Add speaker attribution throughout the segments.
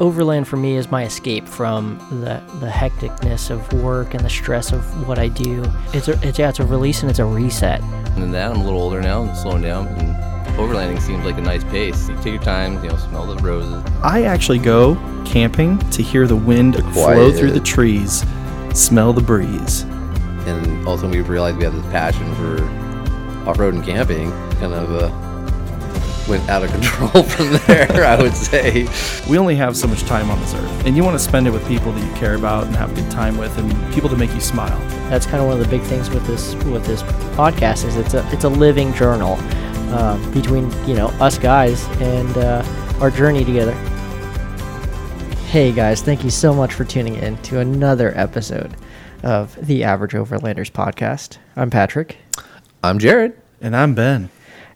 Speaker 1: overland for me is my escape from the, the hecticness of work and the stress of what I do. It's a, it's, yeah, it's a release and it's a reset.
Speaker 2: And then that, I'm a little older now, I'm slowing down, and overlanding seems like a nice pace. You take your time, you know, smell the roses.
Speaker 3: I actually go camping to hear the wind flow
Speaker 2: quiet.
Speaker 3: through the trees, smell the breeze.
Speaker 2: And also, we realized we have this passion for off-road and camping. Kind of uh, went out of control from there, I would say.
Speaker 3: We only have so much time on this earth, and you want to spend it with people that you care about and have a good time with, and people that make you smile.
Speaker 1: That's kind of one of the big things with this with this podcast is it's a it's a living journal uh, between you know us guys and uh, our journey together. Hey guys, thank you so much for tuning in to another episode of the Average Overlanders podcast. I'm Patrick.
Speaker 2: I'm Jared.
Speaker 3: And I'm Ben.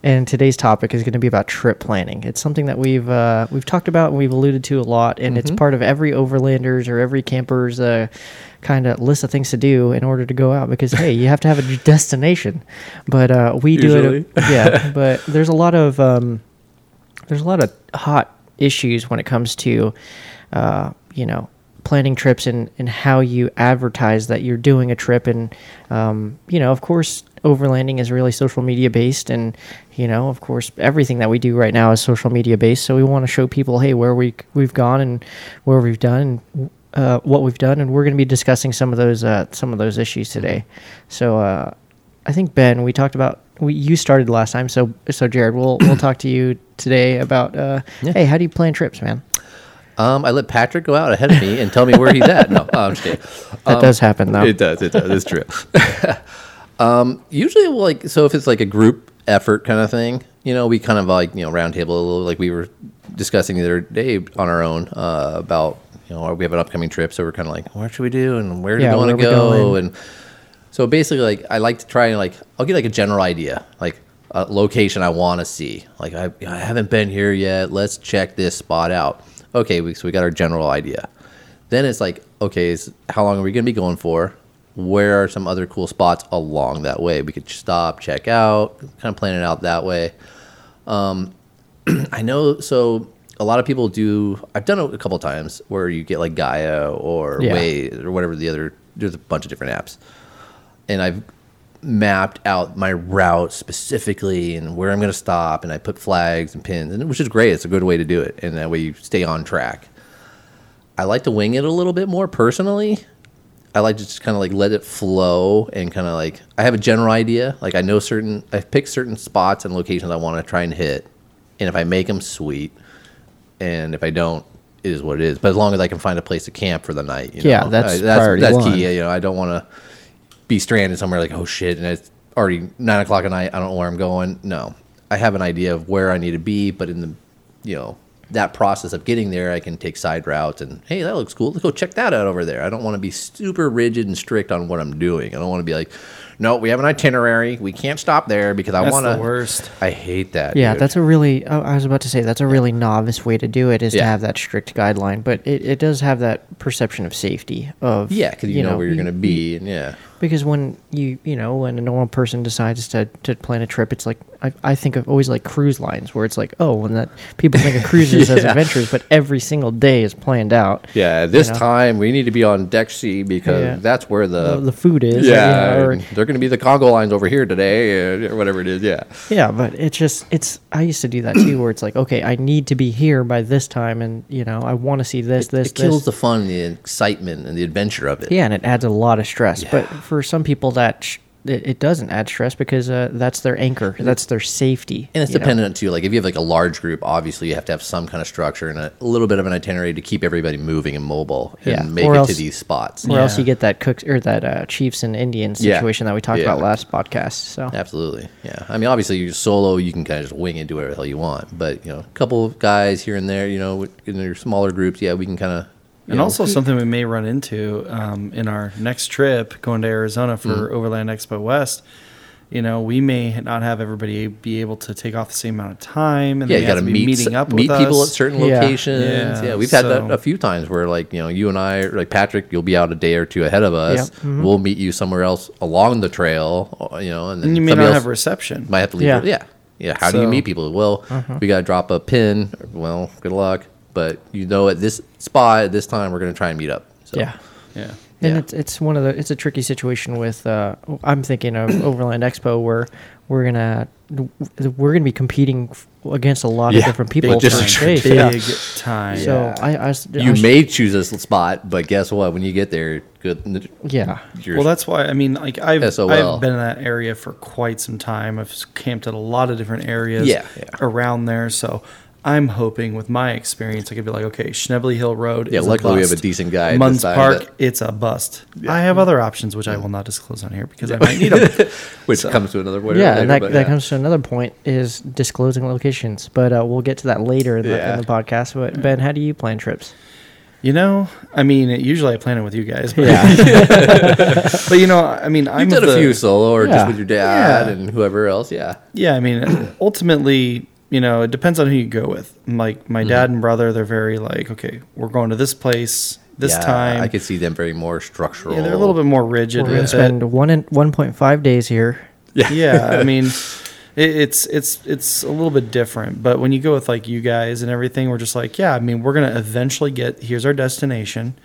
Speaker 1: And today's topic is going to be about trip planning. It's something that we've uh, we've talked about and we've alluded to a lot, and it's part of every overlander's or every camper's uh, kind of list of things to do in order to go out. Because hey, you have to have a destination, but uh, we
Speaker 3: Usually.
Speaker 1: do it. Yeah, but there's a lot of um, there's a lot of hot issues when it comes to uh, you know planning trips and, and how you advertise that you're doing a trip and um, you know of course overlanding is really social media based and you know of course everything that we do right now is social media based so we want to show people hey where we we've gone and where we've done and uh, what we've done and we're going to be discussing some of those uh, some of those issues today so uh, I think Ben, we talked about we you started last time, so so Jared, we'll we'll talk to you today about uh, hey, how do you plan trips, man?
Speaker 2: Um, I let Patrick go out ahead of me and tell me where he's at. No, I'm just kidding.
Speaker 1: That does happen though.
Speaker 2: Um, It does. It does. It's true. um, usually, like, so if it's like a group effort kind of thing, you know, we kind of like, you know, roundtable, a little, like we were discussing the other day on our own uh, about, you know, we have an upcoming trip. So we're kind of like, what should we do and where do
Speaker 1: Yeah,
Speaker 2: we want
Speaker 1: where
Speaker 2: to
Speaker 1: are we
Speaker 2: go?
Speaker 1: going?
Speaker 2: And so basically, like, I like to try and like, I'll get like a general idea, like a location I want to see. Like, I, I haven't been here yet. Let's check this spot out. Okay, we, so we got our general idea. Then it's like, okay, is, how long are we going to be going for? Where are some other cool spots along that way? We could stop, check out, kind of plan it out that way. Um, I know. So a lot of people do. I've done it a couple times where you get like Gaia or
Speaker 1: Yeah.
Speaker 2: Waze or whatever the other. There's a bunch of different apps, and I've mapped out my route specifically and where I'm going to stop, and I put flags and pins, and which is great. It's a good way to do it, and that way you stay on track. I like to wing it a little bit more personally. I like to just kind of like let it flow and kind of like I have a general idea. Like I know certain I've picked certain spots and locations I want to try and hit, and if I make them, sweet. And if I don't, it is what it is. But as long as I can find a place to camp for the night, you
Speaker 1: Yeah,
Speaker 2: know?
Speaker 1: that's
Speaker 2: I-
Speaker 1: priority
Speaker 2: that's
Speaker 1: one.
Speaker 2: key. You know, I don't want to be stranded somewhere like oh shit, and it's already nine o'clock at night. I don't know where I'm going. No, I have an idea of where I need to be, but in the you know that process of getting there, I can take side routes and hey, that looks cool. Let's go check that out over there. I don't want to be super rigid and strict on what I'm doing. I don't want to be like, no, we have an itinerary. We can't stop there because I
Speaker 3: That's
Speaker 2: want
Speaker 3: the worst.
Speaker 2: I hate that.
Speaker 1: yeah,
Speaker 2: dude.
Speaker 1: that's a really oh, I I was about to say that's a really novice way to do it is to
Speaker 2: Yeah.
Speaker 1: have that strict guideline, but it, it does have that perception of safety of
Speaker 2: yeah, because you, know, where you're gonna be and yeah.
Speaker 1: because when you you know when a normal person decides to to plan a trip it's like i, I think of always like cruise lines where it's like oh when that people think of cruises as
Speaker 2: Yeah.
Speaker 1: adventures but every single day is planned out
Speaker 2: Yeah, this
Speaker 1: know?
Speaker 2: time we need to be on deck C because
Speaker 1: Yeah.
Speaker 2: that's where
Speaker 1: Uh,
Speaker 2: the,
Speaker 1: the food is
Speaker 2: yeah,
Speaker 1: you know, or-
Speaker 2: they're going to be the Congo lines over here today, uh, or whatever it is. Yeah,
Speaker 1: Yeah, but it's just it's I used to do that too where it's like, okay, I need to be here by this time and you know, I want to see this, this,
Speaker 2: it kills
Speaker 1: this.
Speaker 2: the fun, the excitement, and the adventure of it.
Speaker 1: yeah, and it adds a lot of stress. But for some people that sh- it, it doesn't add stress because uh, that's their anchor, that's their safety.
Speaker 2: And it's
Speaker 1: you know?
Speaker 2: dependent too. Like if you have like a large group, obviously you have to have some kind of structure and a little bit of an itinerary to keep everybody moving and mobile and
Speaker 1: Yeah,
Speaker 2: make
Speaker 1: or
Speaker 2: it
Speaker 1: else-
Speaker 2: to these spots.
Speaker 1: Or else you get that cooks or that uh, Chiefs and Indians
Speaker 2: Yeah.
Speaker 1: situation that we talked
Speaker 2: Yeah.
Speaker 1: about last podcast. So
Speaker 2: Absolutely. Yeah. I mean, obviously you're solo, you can kind of just wing it, do whatever the hell you want. But you know, a couple of guys here and there, you know, in your smaller groups, yeah, we can kind of.
Speaker 3: And also something we may run into um, in our next trip going to Arizona for
Speaker 2: Mm-hmm.
Speaker 3: Overland Expo West. You know, we may not have everybody be able to take off the same amount of time, and
Speaker 2: Yeah,
Speaker 3: they
Speaker 2: you
Speaker 3: have
Speaker 2: got to
Speaker 3: be
Speaker 2: meet s-
Speaker 3: meeting up
Speaker 2: meet
Speaker 3: with
Speaker 2: people
Speaker 3: us.
Speaker 2: at certain
Speaker 1: Yeah.
Speaker 2: locations. Yeah,
Speaker 3: Yeah,
Speaker 2: we've had
Speaker 3: so-
Speaker 2: that a few times where like you know you and I like Patrick, you'll be out a day or two ahead of us.
Speaker 1: Yep. Mm-hmm.
Speaker 2: We'll meet you somewhere else along the trail, or, you know, and then
Speaker 3: And you may
Speaker 2: somebody
Speaker 3: not
Speaker 2: else
Speaker 3: have reception.
Speaker 2: might have to leave.
Speaker 1: Yeah. Uh-huh.
Speaker 2: Yeah, yeah. yeah. How do you
Speaker 3: So-
Speaker 2: meet people? Well, we got to drop a pin. Well, good luck. but you know at this spot at this time we're gonna try and meet up. So,
Speaker 1: yeah.
Speaker 3: Yeah.
Speaker 1: And
Speaker 2: Yeah.
Speaker 1: it's it's one of the it's a tricky situation with uh, I'm thinking of Overland Expo where we're gonna we're gonna be competing f- against a lot of
Speaker 2: Yeah.
Speaker 1: different people for
Speaker 2: Just
Speaker 1: space.
Speaker 2: trying to
Speaker 3: Big
Speaker 1: Yeah.
Speaker 3: time.
Speaker 1: So I, I s- I
Speaker 2: You
Speaker 1: s-
Speaker 2: may choose this spot, but guess what? When you get there, good.
Speaker 1: yeah
Speaker 2: You're,
Speaker 3: well, that's why I mean, like I've
Speaker 2: SOL.
Speaker 3: I've been in that area for quite some time. I've camped at a lot of different areas
Speaker 2: Yeah, yeah.
Speaker 3: around there, so I'm hoping with my experience, I could be like, okay, Schnebley Hill Road.
Speaker 2: Yeah,
Speaker 3: is
Speaker 2: luckily
Speaker 3: a
Speaker 2: we
Speaker 3: bust.
Speaker 2: have a decent guy at this
Speaker 3: Munns
Speaker 2: time
Speaker 3: Park,
Speaker 2: that-
Speaker 3: it's a bust. I have other options which I will not disclose on here because I might need them.
Speaker 2: which comes to another point.
Speaker 1: yeah,
Speaker 2: later,
Speaker 1: and that,
Speaker 2: but
Speaker 1: that
Speaker 2: yeah.
Speaker 1: comes to another point is disclosing locations, but uh, we'll get to that later in, the,
Speaker 2: Yeah.
Speaker 1: in the podcast. But Ben, how do you plan trips?
Speaker 3: you know, I mean, usually I plan it with you guys, but,
Speaker 1: Yeah,
Speaker 3: but you know, I mean, I'm
Speaker 2: You've done
Speaker 3: of
Speaker 2: a
Speaker 3: the-
Speaker 2: few solo or
Speaker 1: Yeah.
Speaker 2: just with your dad
Speaker 3: Yeah.
Speaker 2: and whoever else. Yeah.
Speaker 3: Yeah, I mean, ultimately, you know, it depends on who you go with. Like
Speaker 2: Mm-hmm.
Speaker 3: my dad and brother, they're very like, okay, we're going to this place this
Speaker 2: Yeah,
Speaker 3: time.
Speaker 2: I could see them very more structural.
Speaker 3: yeah, they're a little bit more rigid
Speaker 1: we're gonna
Speaker 3: with it.
Speaker 1: spend one and one point five days here.
Speaker 3: Yeah, I mean, it, it's it's it's a little bit different. But when you go with like you guys and everything, we're just like, yeah, I mean, we're gonna eventually get. Here's our destination.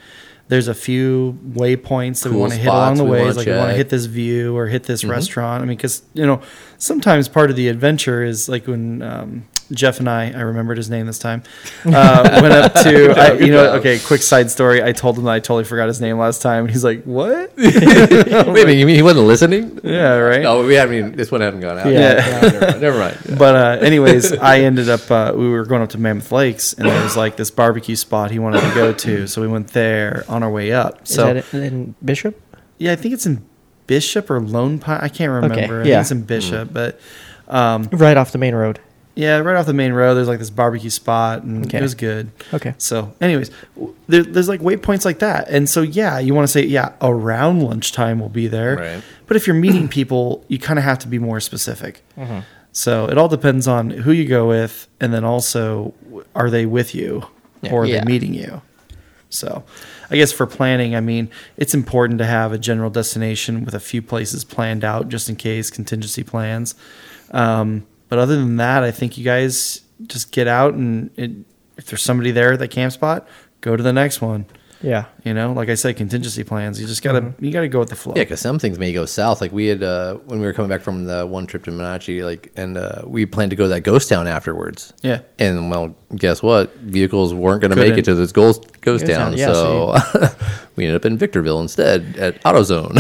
Speaker 3: There's a few waypoints that we
Speaker 2: Cool
Speaker 3: want to hit along
Speaker 2: spots
Speaker 3: the
Speaker 2: we
Speaker 3: way.
Speaker 2: wanna
Speaker 3: It's Like we want to
Speaker 2: check. Mm-hmm.
Speaker 3: hit this view or hit this restaurant. I mean, because you know, sometimes part of the adventure is like when um, Jeff and I, I remembered his name this time, uh, went up to, I, you know,
Speaker 2: job.
Speaker 3: okay, quick side story. I told him that I totally forgot his name last time. He's like, what?
Speaker 2: Wait a minute, you mean he wasn't listening?
Speaker 3: Yeah, right.
Speaker 2: No, we haven't. Even, this one hadn't gone out.
Speaker 1: Yeah.
Speaker 2: yet. never mind. Never mind.
Speaker 3: but uh, anyways, I ended up uh, we were going up to Mammoth Lakes, and there was like this barbecue spot he wanted to go to, so we went there on our way up.
Speaker 1: Is
Speaker 3: So
Speaker 1: that it in Bishop?
Speaker 3: yeah, I think it's in Bishop or Lone Pine. I can't remember.
Speaker 1: yeah.
Speaker 3: I think it's in Bishop, but um,
Speaker 2: Mm-hmm.
Speaker 1: Right off the main road.
Speaker 3: yeah, right off the main road, there's like this barbecue spot, and
Speaker 1: Okay.
Speaker 3: it was good.
Speaker 1: Okay.
Speaker 3: So, anyways, w- there, there's like waypoints like that, and so yeah, you want to say yeah around lunchtime we'll be there,
Speaker 2: Right.
Speaker 3: but if you're meeting people, you kind of have to be more specific.
Speaker 1: Mm-hmm.
Speaker 3: So it all depends on who you go with, and then also w- are they with you or are
Speaker 2: Yeah.
Speaker 3: they meeting you? So, I guess for planning, I mean, it's important to have a general destination with a few places planned out just in case contingency plans. Um, but other than that, I think you guys just get out and it, if there's somebody there at that camp spot, go to the next one.
Speaker 1: Yeah.
Speaker 3: You know, like I said, contingency plans. You just gotta you gotta go with the flow.
Speaker 2: Yeah, because some things may go south. Like we had uh, when we were coming back from the one trip to Manachi, like, and uh, we planned to go to that ghost town afterwards.
Speaker 3: Yeah.
Speaker 2: And well, guess what? Vehicles weren't going to make
Speaker 3: Couldn't.
Speaker 2: it to this ghost
Speaker 1: Ghost
Speaker 2: ghost
Speaker 1: town,
Speaker 2: town,
Speaker 1: yeah,
Speaker 2: so we ended up in Victorville instead at AutoZone.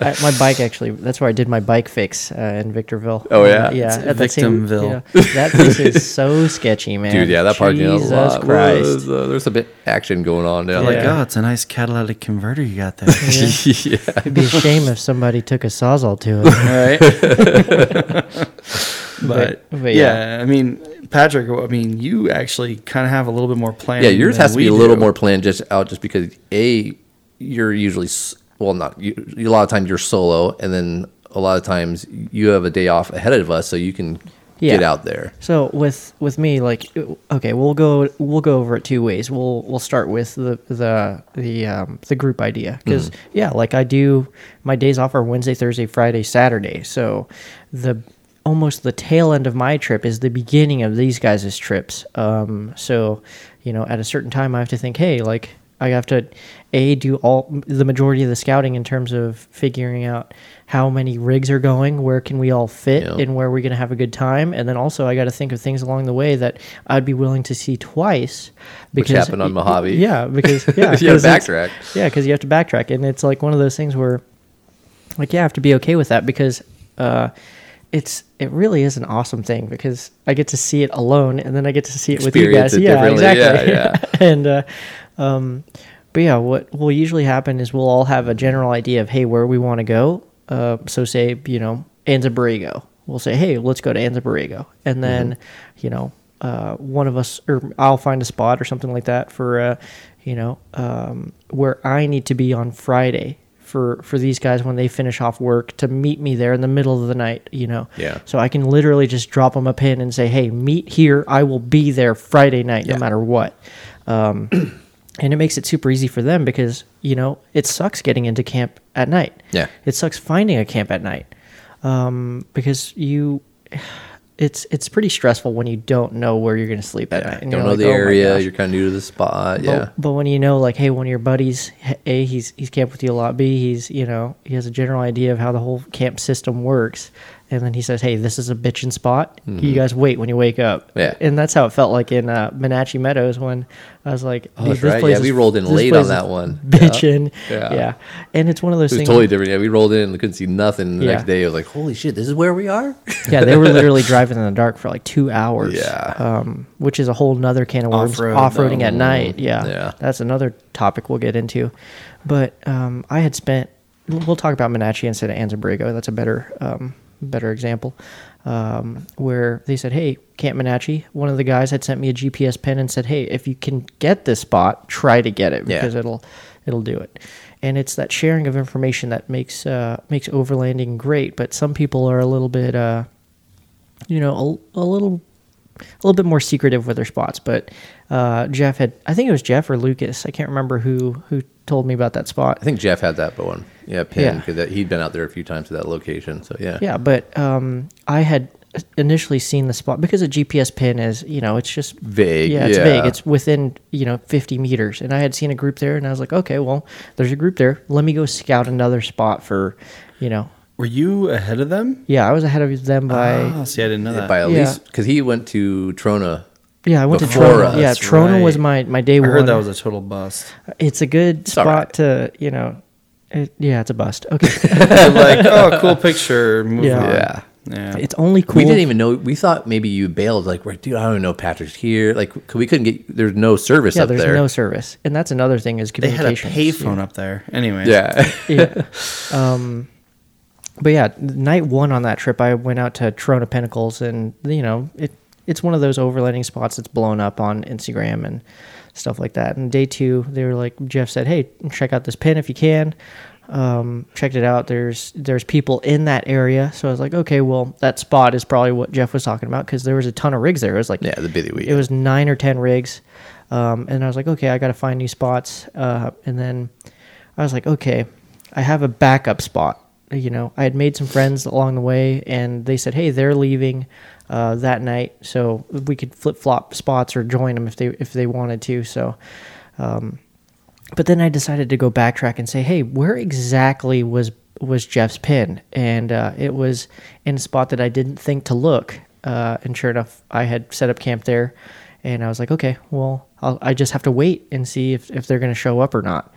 Speaker 1: I, my bike actually. That's where I did my bike fix uh, in Victorville.
Speaker 2: Oh, yeah?
Speaker 1: Uh, yeah.
Speaker 3: It's
Speaker 1: at that same-
Speaker 3: Victimville.
Speaker 1: yeah. that place is so sketchy, man.
Speaker 2: Dude, yeah, that part you know, a
Speaker 1: Jesus
Speaker 2: lot
Speaker 1: Christ.
Speaker 2: was, uh, there's a bit action going on there.
Speaker 3: I'm
Speaker 2: Like,
Speaker 3: Like,
Speaker 1: Yeah.
Speaker 3: oh, it's a nice catalytic converter you got there.
Speaker 1: Yeah. It'd be a shame if somebody took a sawzall to it.
Speaker 3: right? but,
Speaker 1: But- but
Speaker 3: yeah, I mean, Patrick, I mean, you actually kind of have a little bit more planning.
Speaker 2: Yeah, yours
Speaker 3: than
Speaker 2: has to be
Speaker 3: we
Speaker 2: a little
Speaker 3: do.
Speaker 2: more planned just out just because a you're usually s- well not you, a lot of times you're solo and then a lot of times you have a day off ahead of us so you can get
Speaker 1: Yeah.
Speaker 2: out there.
Speaker 1: So with with me, like, okay, we'll go we'll go over it two ways. We'll we'll start with the the the um, the group idea because yeah, like I do, my days off are Wednesday, Thursday, Friday, Saturday. So the almost the tail end of my trip is the beginning of these guys' trips. Um, so you know, at a certain time, I have to think, hey, like I have to a do all the majority of the scouting in terms of figuring out how many rigs are going, where can we all fit,
Speaker 2: Yeah.
Speaker 1: and where we're going to have a good time. And then also, I got to think of things along the way that I'd be willing to see twice. Because,
Speaker 2: happened on Mojave.
Speaker 1: Yeah, because yeah,
Speaker 2: You gotta
Speaker 1: 'cause it's-
Speaker 2: backtrack.
Speaker 1: Yeah, because you have to backtrack, and it's like one of those things where like yeah, I have to be okay with that because uh, it's it really is an awesome thing because I get to see it alone and then I get to see it
Speaker 2: Experience
Speaker 1: with you
Speaker 2: it
Speaker 1: guys. Yeah,
Speaker 2: differently.
Speaker 1: exactly.
Speaker 2: Yeah,
Speaker 1: and uh, um, but yeah, what will usually happen is we'll all have a general idea of hey where we want to go. Uh, so say you know Anzabrigo, we'll say hey let's go to Anzabrigo, and then you know uh, one of us or I'll find a spot or something like that for uh, you know um, where I need to be on Friday for for these guys when they finish off work to meet me there in the middle of the night you know
Speaker 2: Yeah.
Speaker 1: so i can literally just drop them a pin and say hey meet here i will be there friday night no matter what um, and it makes it super easy for them because you know it sucks getting into camp at night
Speaker 2: Yeah.
Speaker 1: it sucks finding a camp at night um, because you it's it's pretty stressful when you don't know where you're going to sleep at
Speaker 2: Yeah,
Speaker 1: night.
Speaker 2: don't
Speaker 1: and
Speaker 2: know
Speaker 1: you're like,
Speaker 2: the
Speaker 1: "Oh my
Speaker 2: area.
Speaker 1: gosh."
Speaker 2: You're kind of new to the spot. Yeah.
Speaker 1: But, but when you know, like, hey, one of your buddies, h- a he's he's camped with you a lot. B he's you know he has a general idea of how the whole camp system works, and then he says, hey, this is a bitchin' spot. You guys wait when you wake up.
Speaker 2: Mm-hmm. Yeah.
Speaker 1: and that's how it felt like in uh, Menachie Meadows when I was like,
Speaker 2: Oh,
Speaker 1: dude,
Speaker 2: that's
Speaker 1: this
Speaker 2: right.
Speaker 1: place
Speaker 2: Yeah, we
Speaker 1: is-
Speaker 2: rolled in
Speaker 1: this
Speaker 2: late
Speaker 1: place
Speaker 2: on
Speaker 1: is
Speaker 2: that one. Yeah.
Speaker 1: Bitchin'.
Speaker 2: Yeah.
Speaker 1: Yeah. and it's one of those
Speaker 2: It was
Speaker 1: things.
Speaker 2: totally different. Yeah, we rolled in and couldn't see nothing. And the
Speaker 1: Yeah.
Speaker 2: next day, I was like, "Holy shit, this is where we are."
Speaker 1: yeah, they were literally driving in the dark for like two hours.
Speaker 2: Yeah.
Speaker 1: Um, which is a whole nother can of worms.
Speaker 3: Off-road,
Speaker 1: Off roading
Speaker 3: though.
Speaker 1: at night. Yeah.
Speaker 2: Yeah.
Speaker 1: That's another topic we'll get into. But um, I had spent, we'll we'll talk about Menachie instead of Anzabrigo. That's a better um, better example. Um, where they said, hey, Camp Menachie, one of the guys had sent me a GPS pin and said, hey, if you can get this spot, try to get it
Speaker 2: Yeah.
Speaker 1: because it'll it'll do it and it's that sharing of information that makes uh, makes overlanding great but some people are a little bit uh, you know a, a little a little bit more secretive with their spots but uh, jeff had i think it was jeff or lucas i can't remember who who told me about that spot
Speaker 2: I think Jeff had that one. Yeah, pin
Speaker 1: Yeah.
Speaker 2: because he'd been out there a few times to that location. So yeah,
Speaker 1: yeah but um, i had initially seen the spot because a gps pin is you know it's just
Speaker 2: vague.
Speaker 1: Yeah, it's vague. It's within you know 50 meters, and I had seen a group there, and I was like, okay, well, there's a group there. Let me go scout another spot for, you know,
Speaker 3: Were you ahead of them?
Speaker 1: yeah. I was ahead of them by
Speaker 3: Oh, see, I didn't know that.
Speaker 2: uh, by at
Speaker 1: Yeah.
Speaker 2: least because he went to Trona.
Speaker 1: yeah. I went
Speaker 2: Before
Speaker 1: to Trona.
Speaker 2: us,
Speaker 1: yeah,
Speaker 3: that's
Speaker 1: Trona was my
Speaker 3: right.
Speaker 1: my day
Speaker 3: I
Speaker 1: one.
Speaker 3: heard that was a total bust.
Speaker 1: it's a good
Speaker 2: all
Speaker 1: spot to you know, it, yeah, it's a bust. Okay,
Speaker 3: like, oh, cool picture. Move
Speaker 1: Yeah.
Speaker 3: on.
Speaker 2: Yeah.
Speaker 3: Yeah.
Speaker 1: it's only cool.
Speaker 2: We didn't even know. We thought maybe you bailed. Like, we're, dude, I don't even know if Patrick's here. Like, 'cause we couldn't get. There's no service
Speaker 1: yeah,
Speaker 2: up
Speaker 1: there's
Speaker 2: there.
Speaker 1: no service, and that's another thing is
Speaker 3: they had a
Speaker 1: communication.
Speaker 3: payphone up there. Anyway.
Speaker 2: yeah.
Speaker 1: yeah. Um, but yeah, night one on that trip, I went out to Trona Pinnacles, and you know, it it's one of those overlanding spots that's blown up on Instagram and stuff like that. And day two, they were like, Jeff said, "Hey, check out this pin if you can." Um, checked it out. There's there's people in that area, so I was like, okay, well, that spot is probably what Jeff was talking about because there was a ton of rigs there. It was like
Speaker 2: Yeah, the busy week.
Speaker 1: It was nine or ten rigs, um, and I was like, okay, I got to find new spots. Uh, and then I was like, okay, I have a backup spot. You know, I had made some friends along the way, and they said, hey, they're leaving uh, that night, so we could flip flop spots or join them if they if they wanted to. So. Um, but then I decided to go backtrack and say, "Hey, where exactly was was Jeff's pin?" And uh, it was in a spot that I didn't think to look. Uh, and sure enough, I had set up camp there, and I was like, "Okay, well, I'll, I just have to wait and see if if they're going to show up or not."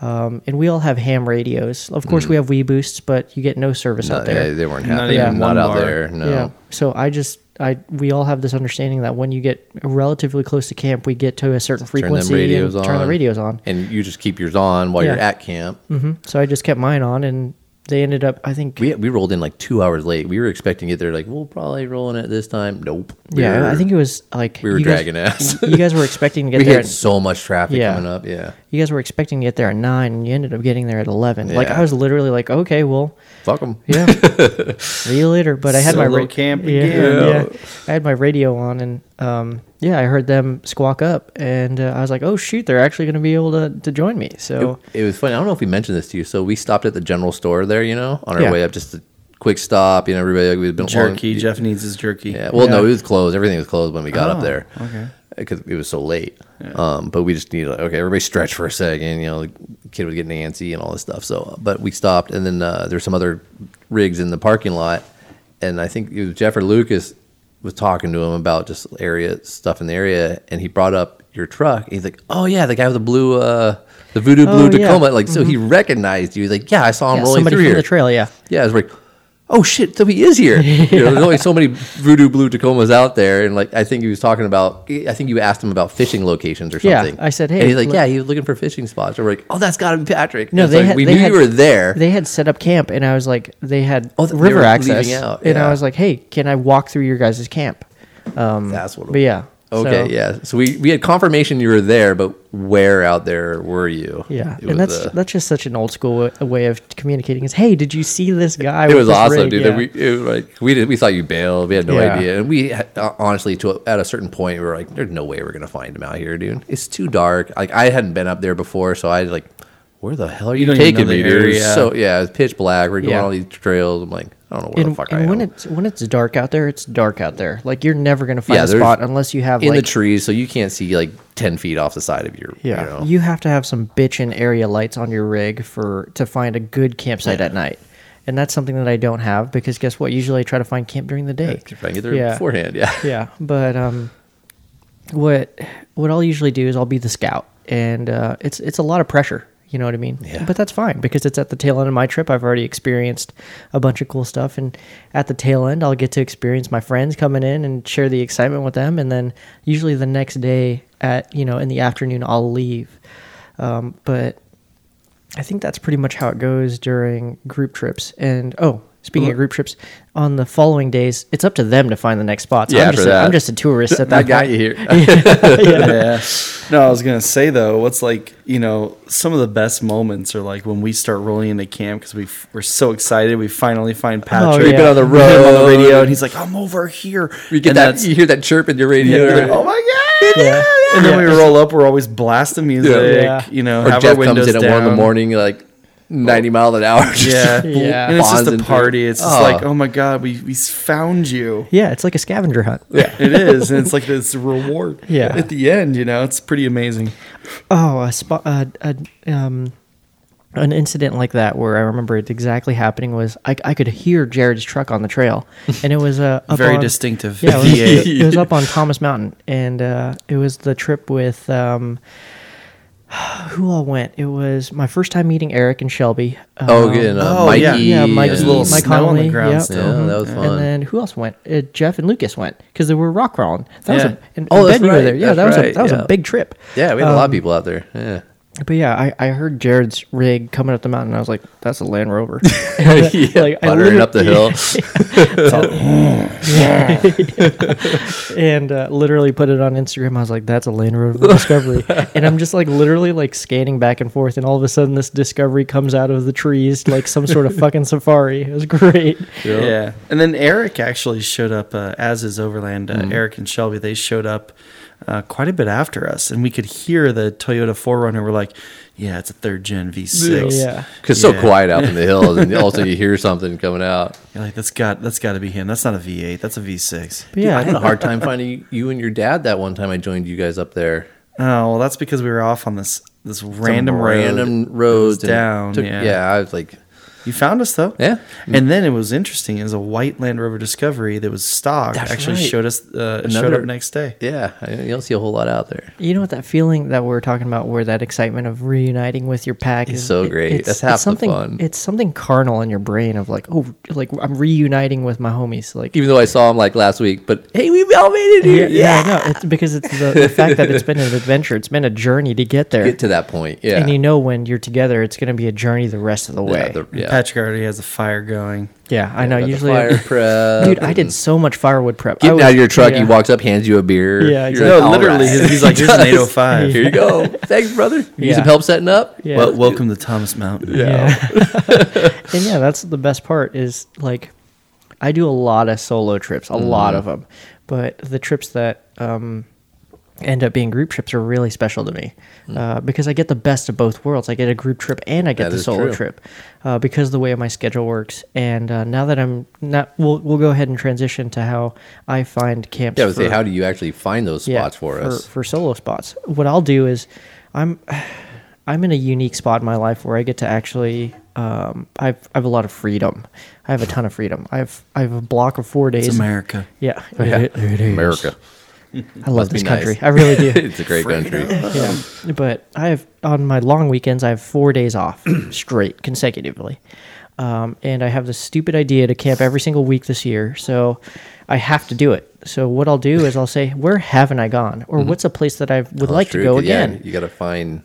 Speaker 1: Um, and we all have ham radios. Of course, we have Wii boosts, but you get no service
Speaker 2: Mm. No,
Speaker 1: out there.
Speaker 2: yeah, they weren't
Speaker 3: Not
Speaker 2: happy.
Speaker 3: even
Speaker 2: Not,
Speaker 3: one
Speaker 2: out
Speaker 3: bar.
Speaker 2: there. No.
Speaker 1: Yeah. So I just I we all have this understanding that when you get relatively close to camp, we get to a certain
Speaker 2: Turn
Speaker 1: frequency
Speaker 2: them radios
Speaker 1: and
Speaker 2: on.
Speaker 1: turn the radios on.
Speaker 2: And you just keep yours on while you're
Speaker 1: Yeah.
Speaker 2: at camp.
Speaker 1: hmm So I just kept mine on, and they ended up. I think.
Speaker 2: We, we rolled in like two hours late. We were expecting it. They're like, we'll probably roll in at this time. Nope. We
Speaker 1: yeah,
Speaker 2: were-
Speaker 1: I think it was like
Speaker 2: we were
Speaker 1: you
Speaker 2: dragging
Speaker 1: guys,
Speaker 2: ass.
Speaker 1: you guys were expecting to get
Speaker 2: we
Speaker 1: there.
Speaker 2: had
Speaker 1: At,
Speaker 2: so much traffic
Speaker 1: Yeah.
Speaker 2: coming up. Yeah.
Speaker 1: you guys were expecting to get there at nine, and you ended up getting there at eleven. Like
Speaker 2: Yeah.
Speaker 1: I was literally like, okay, well,
Speaker 2: Fuck them.
Speaker 1: yeah, see you later. But I had my
Speaker 3: Solo
Speaker 1: ra-
Speaker 3: camp
Speaker 1: yeah,
Speaker 3: again.
Speaker 1: yeah. I had my radio on, and um, yeah, I heard them squawk up, and uh, I was like, oh shoot, they're actually going to be able to to join me. So
Speaker 2: It was funny. I don't know if we mentioned this to you. So we stopped at the general store there, you know, on our
Speaker 1: Yeah.
Speaker 2: way up, just a quick stop. You know, everybody, like, we'd been
Speaker 3: Jerky.
Speaker 2: Long,
Speaker 3: Jeff needs his jerky.
Speaker 2: yeah. Well, no,
Speaker 1: Yeah.
Speaker 2: it was closed. Everything was closed when we got
Speaker 3: Oh,
Speaker 2: up there.
Speaker 3: okay.
Speaker 2: Because it was so late. Um, but we just needed, like, okay, everybody stretch for a second. You know, the kid was getting antsy and all this stuff. So, but we stopped and then uh, there's some other rigs in the parking lot. And I think it was Jeff or Lucas was talking to him about just area stuff in the area. And he brought up your truck. And he's like, oh, yeah, the guy with the blue, uh, the voodoo blue
Speaker 1: Oh, yeah.
Speaker 2: Tacoma. Like, so he recognized you. He's like, yeah, I saw him
Speaker 1: yeah,
Speaker 2: rolling
Speaker 1: somebody
Speaker 2: through
Speaker 1: from
Speaker 2: here.
Speaker 1: the trail, yeah.
Speaker 2: Yeah, it's like, oh shit, so he is here. You know, there's only so many voodoo blue Tacomas out there, and like I think he was talking about. I think you asked him about fishing locations or
Speaker 1: Yeah,
Speaker 2: something.
Speaker 1: I said,
Speaker 2: And
Speaker 1: "Hey,
Speaker 2: he's like,
Speaker 1: look-
Speaker 2: yeah, he was looking for fishing spots. And we're like, oh, that's got to be Patrick.
Speaker 1: No,
Speaker 2: And it's
Speaker 1: they
Speaker 2: like,
Speaker 1: had-
Speaker 2: we
Speaker 1: they
Speaker 2: knew
Speaker 1: had-
Speaker 2: you were there.
Speaker 1: they had set up camp and i was like they had
Speaker 2: Oh, th- they
Speaker 1: river
Speaker 2: were
Speaker 1: access
Speaker 2: leaving out,
Speaker 1: and
Speaker 2: yeah.
Speaker 1: i was like hey can i walk through your guys' camp um
Speaker 2: that's what.
Speaker 1: but yeah
Speaker 2: Mm. Okay,
Speaker 1: so-
Speaker 2: yeah. So we, we had confirmation you were there, but where out there were you?
Speaker 1: yeah
Speaker 2: It was,
Speaker 1: and that's
Speaker 2: uh,
Speaker 1: that's just such an old school wa- way of communicating is hey did you see this guy
Speaker 2: it
Speaker 1: with
Speaker 2: was
Speaker 1: this
Speaker 2: awesome,
Speaker 1: rig?"
Speaker 2: dude.
Speaker 1: Yeah.
Speaker 2: And we it was like we did, we thought you bailed. We had no
Speaker 1: Yeah.
Speaker 2: idea, and we had, uh, honestly, to a, at a certain point, we were like, "There's no way we're gonna find him out here, dude. It's too dark." Like I hadn't been up there before, so I was like, "Where the hell are you,
Speaker 3: don't even
Speaker 2: taking
Speaker 3: know
Speaker 2: me,
Speaker 3: the
Speaker 2: dude?" It was
Speaker 3: area.
Speaker 2: So yeah, it's pitch black. We're going
Speaker 1: Yeah.
Speaker 2: on all these trails. I'm like, I don't know where the
Speaker 1: And,
Speaker 2: fuck I
Speaker 1: and
Speaker 2: am.
Speaker 1: when it's when it's dark out there, it's dark out there. Like you're never gonna find
Speaker 2: Yeah,
Speaker 1: a
Speaker 2: there's-
Speaker 1: spot unless you have
Speaker 2: in
Speaker 1: like
Speaker 2: the trees, so you can't see like ten feet off the side of your.
Speaker 1: yeah.
Speaker 2: You,
Speaker 1: You,
Speaker 2: know.
Speaker 1: have to have some bitchin' area lights on your rig for to find a good campsite at night, and that's something that I don't have because guess what? Usually I try to find camp during the day.
Speaker 2: if I can get there
Speaker 1: Yeah.
Speaker 2: beforehand, yeah.
Speaker 1: yeah but um what what i'll usually do is i'll be the scout and uh it's it's a lot of pressure you know what i mean
Speaker 2: Yeah.
Speaker 1: but that's fine because it's at the tail end of my trip i've already experienced a bunch of cool stuff and at the tail end i'll get to experience my friends coming in and share the excitement with them and then usually the next day at you know in the afternoon i'll leave um, but I think that's pretty much how it goes during group trips. And oh, speaking of group trips, on the following days, it's up to them to find the next spots.
Speaker 2: Yeah,
Speaker 1: I'm,
Speaker 2: after
Speaker 1: just
Speaker 2: that.
Speaker 1: A, I'm just a tourist at
Speaker 2: I
Speaker 1: that
Speaker 2: got
Speaker 1: point.
Speaker 2: you here.
Speaker 3: yeah. No, I was gonna say though, what's like you know some of the best moments are like when we start rolling into camp because we f- we're so excited we finally find
Speaker 1: yeah.
Speaker 3: Patrick.
Speaker 1: We've been on the
Speaker 3: We hit him Oh, on the
Speaker 2: road.
Speaker 3: radio, and he's like, "I'm over here."
Speaker 2: You get
Speaker 3: and
Speaker 2: that.
Speaker 3: that's-
Speaker 2: You hear that chirp in your radio.
Speaker 3: they're like, oh my god!
Speaker 1: Yeah.
Speaker 3: And then
Speaker 1: Yeah.
Speaker 3: we roll up. We're always blasting music.
Speaker 2: Yeah.
Speaker 3: You know,
Speaker 2: or
Speaker 3: have
Speaker 2: Jeff
Speaker 3: our windows
Speaker 2: comes in at one in the
Speaker 3: down.
Speaker 2: morning, like ninety mile an hour. just
Speaker 3: Yeah.
Speaker 1: Yeah.
Speaker 3: And it's just a
Speaker 2: bonds
Speaker 3: party.
Speaker 2: into-
Speaker 3: It's just
Speaker 2: Oh.
Speaker 3: like, oh my god, we we found you.
Speaker 1: Yeah, it's like a scavenger hunt.
Speaker 3: it is, and it's like this reward.
Speaker 1: Yeah.
Speaker 3: At the end, you know, it's pretty amazing.
Speaker 1: Oh, a spot, uh, a, um, an incident like that where I remember it exactly happening was I, I could hear Jared's truck on the trail, and it was uh, up
Speaker 3: Very
Speaker 1: on-
Speaker 3: distinctive.
Speaker 1: Yeah, it was,
Speaker 3: V8.
Speaker 1: it was up on Thomas Mountain, and uh, it was the trip with um, who all went. It was my first time meeting Eric and Shelby.
Speaker 2: Oh,
Speaker 1: Um,
Speaker 2: yeah, and, uh,
Speaker 3: oh,
Speaker 2: Mikey.
Speaker 3: yeah. Yeah,
Speaker 2: and-
Speaker 1: Mikey,
Speaker 3: There's a little
Speaker 1: Mike
Speaker 3: snow on the
Speaker 1: Connolly.
Speaker 3: ground
Speaker 1: yep.
Speaker 3: still.
Speaker 2: Yeah, that was fun.
Speaker 1: And then who else went? Uh, Jeff and Lucas went because they were rock crawling. That was
Speaker 3: Yeah.
Speaker 1: a, and,
Speaker 2: Oh,
Speaker 1: and
Speaker 2: that's
Speaker 1: Ben, you were
Speaker 2: right.
Speaker 1: there. Yeah,
Speaker 2: That's
Speaker 1: that was a,
Speaker 2: right,
Speaker 1: that was
Speaker 2: yeah.
Speaker 1: a big trip.
Speaker 2: yeah, we had a lot of
Speaker 1: Um,
Speaker 2: people out there. Yeah.
Speaker 1: But yeah, I, I heard Jared's rig coming up the mountain. and I was like, that's a Land Rover.
Speaker 2: yeah,
Speaker 1: like, I
Speaker 2: buttering up the hill.
Speaker 1: literally- and uh, literally put it on Instagram. I was like, that's a Land Rover Discovery. and I'm just like literally like scanning back and forth. And all of a sudden, this Discovery comes out of the trees like some sort of fucking safari. It was great.
Speaker 3: Yeah. And then Eric actually showed up, uh, as is Overland.
Speaker 2: Mm-hmm.
Speaker 3: Uh, Eric and Shelby, they showed up uh, quite a bit after us, and we could hear the Toyota 4Runner. We're like, yeah, it's a third gen V6.
Speaker 1: Yeah.
Speaker 2: Because so
Speaker 3: Yeah.
Speaker 2: quiet out in the hills, and also you hear something coming out.
Speaker 3: You're like, that's got that's got to be him. That's not a V8. That's a V6.
Speaker 1: But
Speaker 2: I had
Speaker 1: yeah.
Speaker 2: a hard time finding you and your dad that one time I joined you guys up there.
Speaker 3: Oh, well, that's because we were off on this this random
Speaker 2: Some
Speaker 3: road.
Speaker 2: random roads and it
Speaker 3: down,
Speaker 2: took-
Speaker 3: yeah.
Speaker 2: I was like,
Speaker 3: You found us though.
Speaker 2: Yeah.
Speaker 3: And then it was interesting. It was a white Land Rover Discovery that was stock.
Speaker 2: That's
Speaker 3: actually
Speaker 2: right.
Speaker 3: showed us uh, it showed
Speaker 2: Another-
Speaker 3: up next day.
Speaker 2: yeah, I, you don't see a whole lot out there.
Speaker 1: You know what that feeling that we're talking about, where that excitement of reuniting with your pack is
Speaker 2: so great. That's half the
Speaker 1: something,
Speaker 2: fun.
Speaker 1: It's something carnal in your brain of like, oh, like I'm reuniting with my homies. Like,
Speaker 2: Even though I saw him like last week, but hey, we all made it here. Yeah,
Speaker 1: yeah, no, it's because it's the, the fact that it's been an adventure. It's been a journey to get there,
Speaker 2: get to that point. Yeah,
Speaker 1: and you know when you're together, it's going to be a journey the rest of the
Speaker 2: yeah,
Speaker 1: way.
Speaker 2: the-
Speaker 3: And
Speaker 2: yeah.
Speaker 3: Patrick already has a fire going.
Speaker 1: Yeah, I know.
Speaker 2: Got the
Speaker 1: Usually,
Speaker 2: fire prep.
Speaker 1: dude, I did
Speaker 2: and
Speaker 1: so much firewood prep. I
Speaker 2: Getting
Speaker 1: was-
Speaker 2: out of your truck,
Speaker 1: yeah.
Speaker 2: he walks up, hands you a beer.
Speaker 1: Yeah,
Speaker 2: You're
Speaker 1: exactly.
Speaker 3: No,
Speaker 2: "All
Speaker 3: literally,
Speaker 2: right."
Speaker 3: he's- he's like,
Speaker 2: He
Speaker 3: "Here's an
Speaker 2: does.
Speaker 3: 805."
Speaker 2: Here you go. Thanks, brother. You need
Speaker 1: oh Yeah.
Speaker 2: some help setting up?
Speaker 1: Yeah.
Speaker 3: Well, welcome to Thomas Mountain.
Speaker 1: Yeah. and yeah, that's the best part is like I do a lot of solo trips, a lot
Speaker 2: Mm-hmm.
Speaker 1: of them. But the trips that um, end up being group trips are really special to me uh, because I get the best of both worlds. I get a group trip and I get
Speaker 2: Hmm. That
Speaker 1: the
Speaker 2: is
Speaker 1: solo
Speaker 2: true.
Speaker 1: trip uh, because of the way my schedule works. And uh, now that I'm not, we'll, we'll go ahead and transition to how I find camps.
Speaker 2: Yeah, I would say,
Speaker 1: for-
Speaker 2: how do you actually find those
Speaker 1: yeah,
Speaker 2: spots for us?
Speaker 1: for solo spots. What I'll do is, I'm I'm in a unique spot in my life where I get to actually um, I've I have a lot of freedom. I have a ton of freedom. I've I have a block of four days.
Speaker 3: It's America.
Speaker 1: Yeah,
Speaker 2: America.
Speaker 1: I love
Speaker 2: Must be
Speaker 1: this country.
Speaker 2: nice.
Speaker 1: I really do.
Speaker 2: It's a great country.
Speaker 1: yeah, but I have on my long weekends I have four days off straight consecutively. Um, and I have this stupid idea to camp every single week this year, so I have to do it. So what I'll do is I'll say, where haven't I gone, or what's a place that I would like to
Speaker 2: Mm-hmm. Oh, True,
Speaker 1: go
Speaker 2: 'cause, yeah,
Speaker 1: again?
Speaker 2: you got to find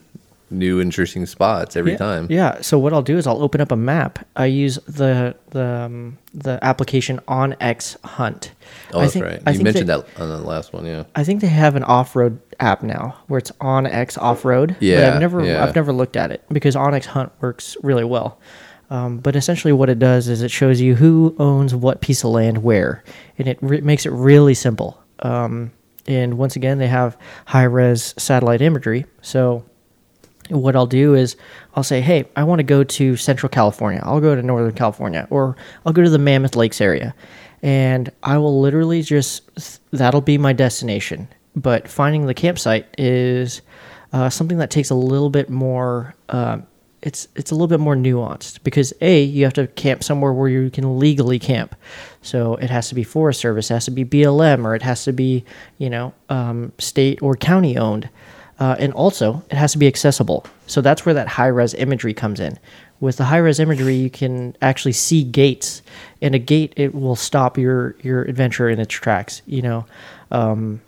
Speaker 2: new interesting spots every
Speaker 1: yeah,
Speaker 2: time.
Speaker 1: Yeah. So what I'll do is I'll open up a map. I use the the um, the application on X Hunt.
Speaker 2: Oh,
Speaker 1: I
Speaker 2: that's
Speaker 1: think-
Speaker 2: right.
Speaker 1: I
Speaker 2: you
Speaker 1: think
Speaker 2: mentioned
Speaker 1: they-
Speaker 2: that on the last one. Yeah.
Speaker 1: I think they have an off-road app now where it's on X off-road. but
Speaker 2: Yeah,
Speaker 1: I've never
Speaker 2: yeah.
Speaker 1: I've never looked at it because Onyx Hunt works really well. Um, but essentially, what it does is it shows you who owns what piece of land where, and it re- makes it really simple. Um, and once again, they have high-res satellite imagery, so what I'll do is I'll say, hey, I want to go to Central California. I'll go to Northern California, or I'll go to the Mammoth Lakes area. And I will literally just, that'll be my destination. But finding the campsite is uh, something that takes a little bit more, um, it's, it's a little bit more nuanced because A, you have to camp somewhere where you can legally camp. So it has to be Forest Service, it has to be BLM, or it has to be, you know, um, state or county owned. Uh, and also, it has to be accessible. So that's where that high res imagery comes in. With the high res imagery, you can actually see gates, and a gate it will stop your your adventure in its tracks. You know, um,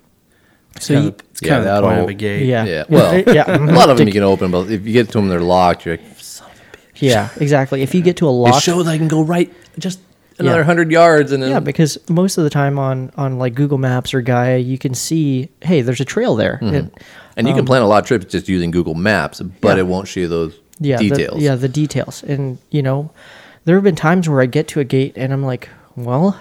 Speaker 1: so
Speaker 3: Kinda-
Speaker 1: you,
Speaker 3: it's
Speaker 2: Yeah,
Speaker 3: kind of the
Speaker 2: that'll-
Speaker 3: point of a gate.
Speaker 1: yeah,
Speaker 2: Yeah. Well,
Speaker 1: yeah,
Speaker 2: a lot of them you can open, but if you get to them, they're locked. You're like, son of a bitch.
Speaker 1: yeah, exactly. If you get to a
Speaker 2: It
Speaker 1: lock,
Speaker 2: shows I can go right just another
Speaker 1: Yeah.
Speaker 2: 100 yards and then.
Speaker 1: Yeah, because most of the time on on like Google Maps or Gaia, you can see, hey, there's a trail there.
Speaker 2: Mm-hmm.
Speaker 1: It-
Speaker 2: and you can plan a lot of trips just using Google Maps, but
Speaker 1: Um, Yeah.
Speaker 2: it won't show you those
Speaker 1: yeah, the-
Speaker 2: details.
Speaker 1: yeah, the details. And you know, there have been times where I get to a gate and I'm like, well,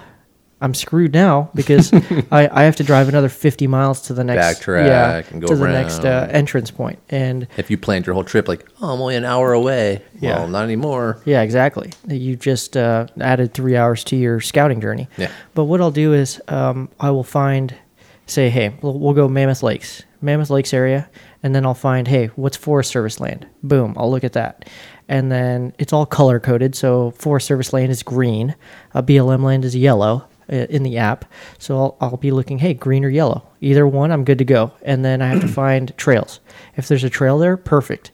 Speaker 1: I'm screwed now because I, I have to drive another 50 miles to the next
Speaker 2: Backtrack and go
Speaker 1: to the next uh,
Speaker 2: around.
Speaker 1: entrance point. And
Speaker 2: If you planned your whole trip like, oh, I'm only an hour away.
Speaker 1: Yeah.
Speaker 2: Well, not anymore.
Speaker 1: Yeah, exactly. You just uh, added three hours to your scouting journey.
Speaker 2: Yeah.
Speaker 1: But what I'll do is um, I will find, say, hey, we'll, we'll go Mammoth Lakes, Mammoth Lakes area, and then I'll find, hey, what's Forest Service land? Boom, I'll look at that. And then it's all color coded. So Forest Service land is green, uh, BLM land is yellow uh, in the app. So I'll, I'll be looking, hey, green or yellow. Either one, I'm good to go. And then I have to find trails. If there's a trail there, perfect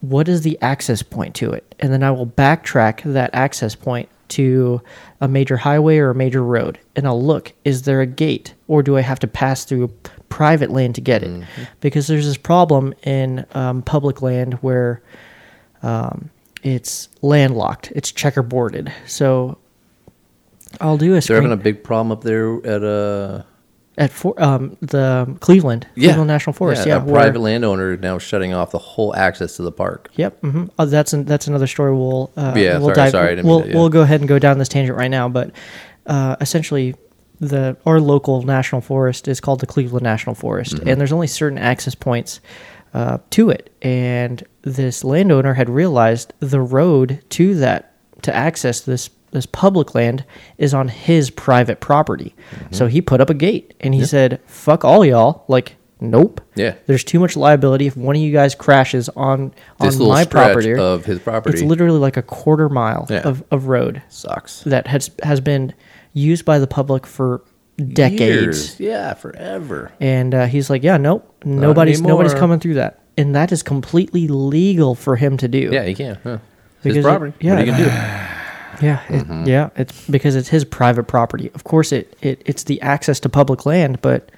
Speaker 1: what is the access point to it? And then I will backtrack that access point to a major highway or a major road. And I'll look, is there a gate or do I have to pass through private land to get it?
Speaker 2: Mm-hmm.
Speaker 1: Because there's this problem in um, public land where um, it's landlocked, it's checkerboarded. So I'll do a
Speaker 2: They're
Speaker 1: screen
Speaker 2: having a big problem up there at uh, a.
Speaker 1: at for, um, the Cleveland, Cleveland National Forest. Yeah,
Speaker 2: a
Speaker 1: where-
Speaker 2: private landowner now shutting off the whole access to the park.
Speaker 1: Yep. hmm Oh, that's an, that's another story. We'll uh,
Speaker 2: Yeah,
Speaker 1: We'll
Speaker 2: sorry, sorry, I didn't mean
Speaker 1: we'll
Speaker 2: to- yeah.
Speaker 1: we'll go ahead and go down this tangent right now, but uh, essentially, the our local national forest is called the Cleveland National Forest,
Speaker 2: Mm-hmm.
Speaker 1: and there's only certain access points uh, to it. And this landowner had realized the road to that to access this this public land is on his private property,
Speaker 2: Mm-hmm.
Speaker 1: so he put up a gate and he said, "Fuck all y'all!" Like. Nope.
Speaker 2: Yeah.
Speaker 1: There's too much liability if one of you guys crashes on
Speaker 2: This
Speaker 1: on
Speaker 2: little
Speaker 1: my
Speaker 2: stretch
Speaker 1: property
Speaker 2: of his property
Speaker 1: It's literally like a quarter mile
Speaker 2: Yeah.
Speaker 1: of, of road
Speaker 2: sucks.
Speaker 1: that has has been used by the public for decades.
Speaker 2: Years. Yeah, forever.
Speaker 1: And uh, he's like, yeah, nope, nobody's nobody's
Speaker 2: anymore."
Speaker 1: coming through that, and that is completely legal for him to do.
Speaker 2: Yeah, you can. Huh. It's
Speaker 1: Because it-
Speaker 2: his property.
Speaker 1: yeah.
Speaker 2: What are you gonna do?
Speaker 1: Yeah, it,
Speaker 2: Mm-hmm.
Speaker 1: yeah. It's because it's his private property. Of course, it, it it's the access to public land, but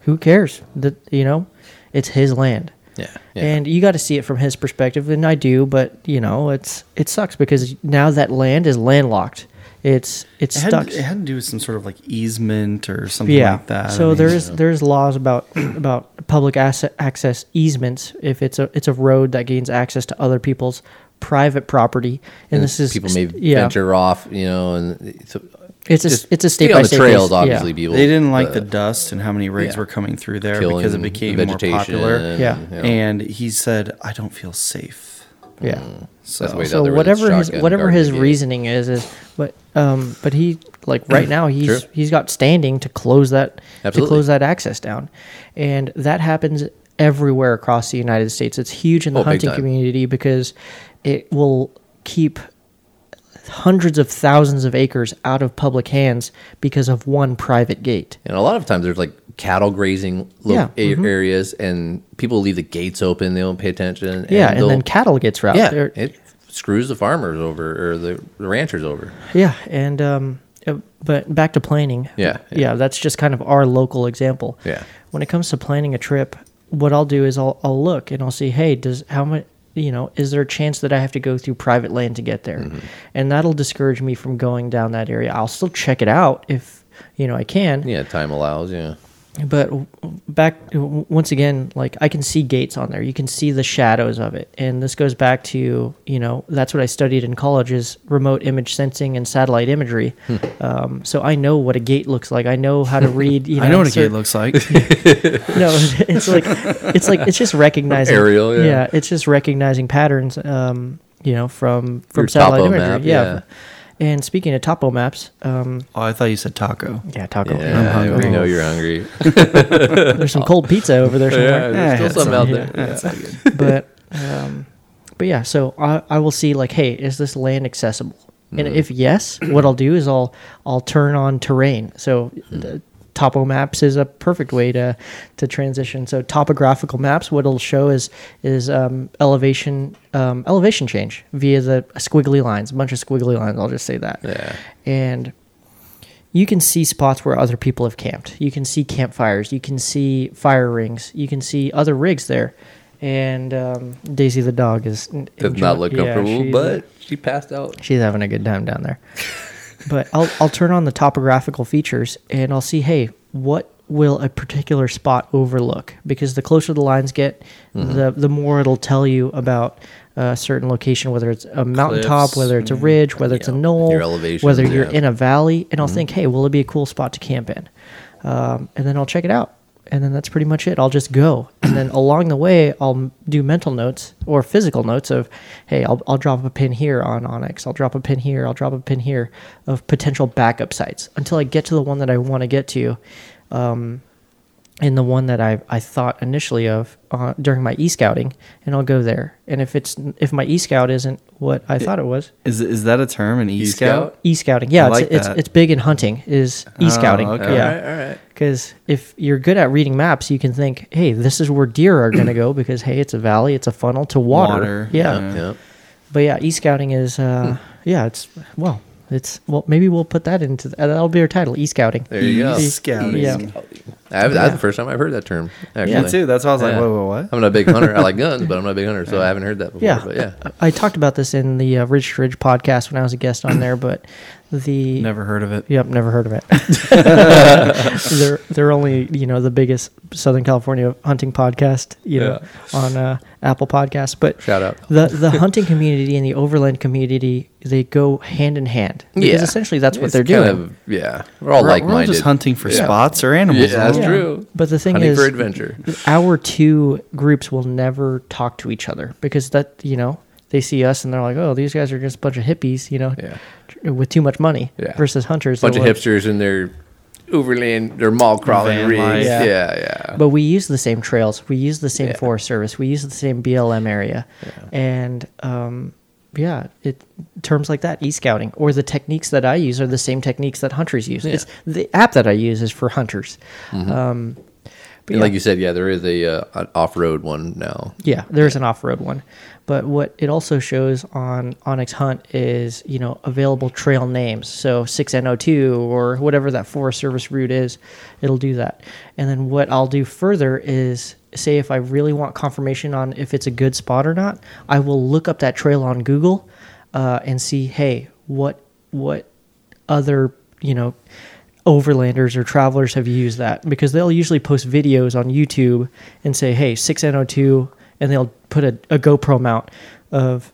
Speaker 1: who cares? That you know, it's his land.
Speaker 2: Yeah, yeah.
Speaker 1: And you got to see it from his perspective, and I do. But you know, it's it sucks because now that land is landlocked. It's it's
Speaker 3: It had,
Speaker 1: stuck.
Speaker 3: it had to do with some sort of like easement or something
Speaker 1: yeah.
Speaker 3: like that.
Speaker 1: So
Speaker 3: I mean,
Speaker 1: there is there's laws about about public asset access easements if it's a it's a road that gains access to other people's private property, and, this is
Speaker 2: people may
Speaker 1: yeah.
Speaker 2: venture off, you know, and so
Speaker 1: It's a-
Speaker 2: just
Speaker 1: it's a
Speaker 2: stay
Speaker 1: state
Speaker 2: on
Speaker 1: by
Speaker 2: the
Speaker 1: state
Speaker 2: trails.
Speaker 1: basis, yeah.
Speaker 2: Obviously, people
Speaker 3: They didn't like the dust and how many rigs
Speaker 2: yeah.
Speaker 3: were coming through there
Speaker 2: killing
Speaker 3: because it became more
Speaker 2: vegetation
Speaker 3: popular.
Speaker 2: and,
Speaker 1: Yeah.
Speaker 2: you know,
Speaker 3: And he said, "I don't feel safe."
Speaker 1: yeah.
Speaker 3: So
Speaker 2: the way that-
Speaker 1: so
Speaker 2: there was a
Speaker 1: whatever his
Speaker 2: shotgun
Speaker 1: whatever
Speaker 2: guard
Speaker 1: his
Speaker 2: brigade.
Speaker 1: reasoning is is but um but he like right now he's
Speaker 2: Sure.
Speaker 1: he's got standing to close that to
Speaker 2: Absolutely.
Speaker 1: close that access down and that happens everywhere across the united states it's huge in the
Speaker 2: Oh, big
Speaker 1: hunting
Speaker 2: time.
Speaker 1: community because it will keep hundreds of thousands of acres out of public hands because of one private gate
Speaker 2: and a lot of times there's like cattle grazing lo-
Speaker 1: Yeah, mm-hmm.
Speaker 2: a- areas, and people leave the gates open. They don't pay attention.
Speaker 1: yeah and, then
Speaker 2: they'll-
Speaker 1: cattle gets routed
Speaker 2: yeah,
Speaker 1: They're-
Speaker 2: it screws the farmers over or the, the ranchers over.
Speaker 1: Yeah, and um, uh, but back to planning.
Speaker 2: Yeah,
Speaker 1: yeah,
Speaker 2: yeah.
Speaker 1: That's just kind of our local example.
Speaker 2: Yeah.
Speaker 1: When it comes to planning a trip, what I'll do is I'll I'll look and I'll see, hey, does how much you know is there a chance that I have to go through private land to get there,
Speaker 2: Mm-hmm.
Speaker 1: and that'll discourage me from going down that area. I'll still check it out if you know I can.
Speaker 2: Yeah, time allows. Yeah,
Speaker 1: but w- back w- once again like i can see gates on there you can see the shadows of it and this goes back to you know that's what i studied in college is remote image sensing and satellite imagery
Speaker 2: Hmm.
Speaker 1: um, so i know what a gate looks like i know how to read you know,
Speaker 3: I know what a
Speaker 1: cer-
Speaker 3: gate looks like.
Speaker 1: no it's like it's like it's just recognizing
Speaker 2: aerial, yeah.
Speaker 1: it's just recognizing patterns um, you know from from
Speaker 2: Your
Speaker 1: satellite
Speaker 2: topo
Speaker 1: imagery
Speaker 2: map, yeah.
Speaker 1: and speaking of topo maps um,
Speaker 3: oh, I thought you said taco.
Speaker 1: yeah taco
Speaker 2: Yeah,
Speaker 3: I'm
Speaker 2: we
Speaker 3: hungry.
Speaker 2: know you're hungry.
Speaker 1: there's some cold pizza over there somewhere
Speaker 2: Yeah, there's still
Speaker 3: Yeah, it's
Speaker 2: some
Speaker 1: on
Speaker 2: out
Speaker 1: here.
Speaker 2: there.
Speaker 3: That's not good.
Speaker 1: but um, but yeah so I, I will see like hey is this land accessible and if yes what i'll do is i'll i'll turn on terrain so the topo maps is a perfect way to to transition so topographical maps what it'll show is is um, elevation um, elevation change via the squiggly lines a bunch of squiggly lines i'll just say that
Speaker 2: Yeah.
Speaker 1: and you can see spots where other people have camped. You can see campfires. You can see fire rings. You can see other rigs there. And um, Daisy the dog is n-
Speaker 2: Does
Speaker 1: enjoy-
Speaker 2: not look
Speaker 1: yeah,
Speaker 2: comfortable,
Speaker 1: she's-
Speaker 2: but she passed out.
Speaker 1: she's having a good time down there. but I'll I'll turn on the topographical features and I'll see hey what will a particular spot overlook because the closer the lines get
Speaker 2: Mm-hmm.
Speaker 1: the the more it'll tell you about a certain location whether it's a mountaintop
Speaker 3: Cliffs,
Speaker 1: whether it's a ridge whether it's a
Speaker 2: yeah,
Speaker 1: knoll
Speaker 2: your elevations,
Speaker 1: whether you're
Speaker 2: yeah. Mm-hmm.
Speaker 1: in a valley and I'll think hey will it be a cool spot to camp in um, and then I'll check it out and then that's pretty much it I'll just go and then along the way I'll m- do mental notes or physical notes of hey I'll, I'll drop a pin here on Onyx I'll drop a pin here I'll drop a pin here of potential backup sites until I get to the one that I want to get to um, and the one that I, I thought initially of uh, during my e-scouting and I'll go there and if it's if my e-scout isn't what I thought it was
Speaker 3: Is is that a term? An e
Speaker 2: E-scout?
Speaker 3: scout?
Speaker 1: e-scouting yeah
Speaker 3: I
Speaker 1: it's,
Speaker 3: like
Speaker 1: it's
Speaker 3: that. Oh,
Speaker 1: it's big in hunting is e-scouting
Speaker 3: okay.
Speaker 1: yeah
Speaker 2: All right, all right.
Speaker 1: because if you're good at reading maps, you can think, hey, this is where deer are going to go because, hey, it's a valley, it's a funnel to water.
Speaker 3: Water,
Speaker 1: Yeah.
Speaker 3: yeah. Hmm.
Speaker 2: Yep.
Speaker 1: But yeah, e scouting is, uh, yeah, it's, well, it's, well, maybe we'll put that into, the, that'll be our title, e scouting.
Speaker 2: There you go.
Speaker 3: E-scouting.
Speaker 1: Yeah.
Speaker 2: I, that's
Speaker 1: Yeah.
Speaker 2: the first time I've heard that term. Actually.
Speaker 3: Me too. That's why I was like,
Speaker 2: Yeah.
Speaker 3: whoa, whoa, what?
Speaker 2: I'm not a big hunter. I like guns, but I'm not a big hunter, so I haven't heard that before.
Speaker 1: Yeah.
Speaker 2: But yeah.
Speaker 1: I, I talked about this in the uh, Ridge to Ridge podcast when I was a guest on there, but the,
Speaker 3: Never heard of it.
Speaker 1: Yep, never heard of it. they're they're only you know the biggest Southern California hunting podcast you know on uh, Apple Podcasts. But
Speaker 2: Shout out.
Speaker 1: the the hunting community and the overland community they go hand in hand because
Speaker 2: Yeah.
Speaker 1: essentially that's what
Speaker 2: It's
Speaker 1: they're
Speaker 2: kind
Speaker 1: doing.
Speaker 2: of- yeah. We're all
Speaker 3: We're,
Speaker 2: like
Speaker 3: we're all
Speaker 2: minded.
Speaker 3: just hunting for
Speaker 2: Yeah.
Speaker 3: spots or animals.
Speaker 2: Yeah, that's
Speaker 3: aren't we?
Speaker 2: true.
Speaker 1: But the thing
Speaker 2: hunting
Speaker 1: is,
Speaker 2: for adventure.
Speaker 1: our two groups will never talk to each other because that you know they see us and they're like, oh, these guys are just a bunch of hippies, you know,
Speaker 2: Yeah.
Speaker 1: tr- with too much money
Speaker 2: Yeah.
Speaker 1: versus hunters.
Speaker 2: Bunch
Speaker 1: that
Speaker 2: of
Speaker 1: will-
Speaker 2: hipsters in their overland, their mall crawling
Speaker 3: Van
Speaker 2: rigs.
Speaker 3: life.
Speaker 2: Yeah,
Speaker 1: Yeah.
Speaker 2: yeah.
Speaker 1: But we use the same trails. We use the same
Speaker 2: Yeah.
Speaker 1: Forest Service. We use the same BLM area, and um, yeah, it terms like that, e scouting, or the techniques that I use are the same techniques that hunters use. It's, the app that I use is for hunters. Um, but
Speaker 2: And
Speaker 1: yeah,
Speaker 2: like you said, yeah, there is a uh, an off-road one now.
Speaker 1: yeah, there's an off road one, but what it also shows on Onyx Hunt is you know available trail names. So six N O two or whatever that Forest Service route is, it'll do that. And then what I'll do further is say if I really want confirmation on if it's a good spot or not, I will look up that trail on Google uh, and see hey what what other you know overlanders or travelers have used that because they'll usually post videos on YouTube and say, "Hey, 6N02," and they'll put a, a GoPro mount of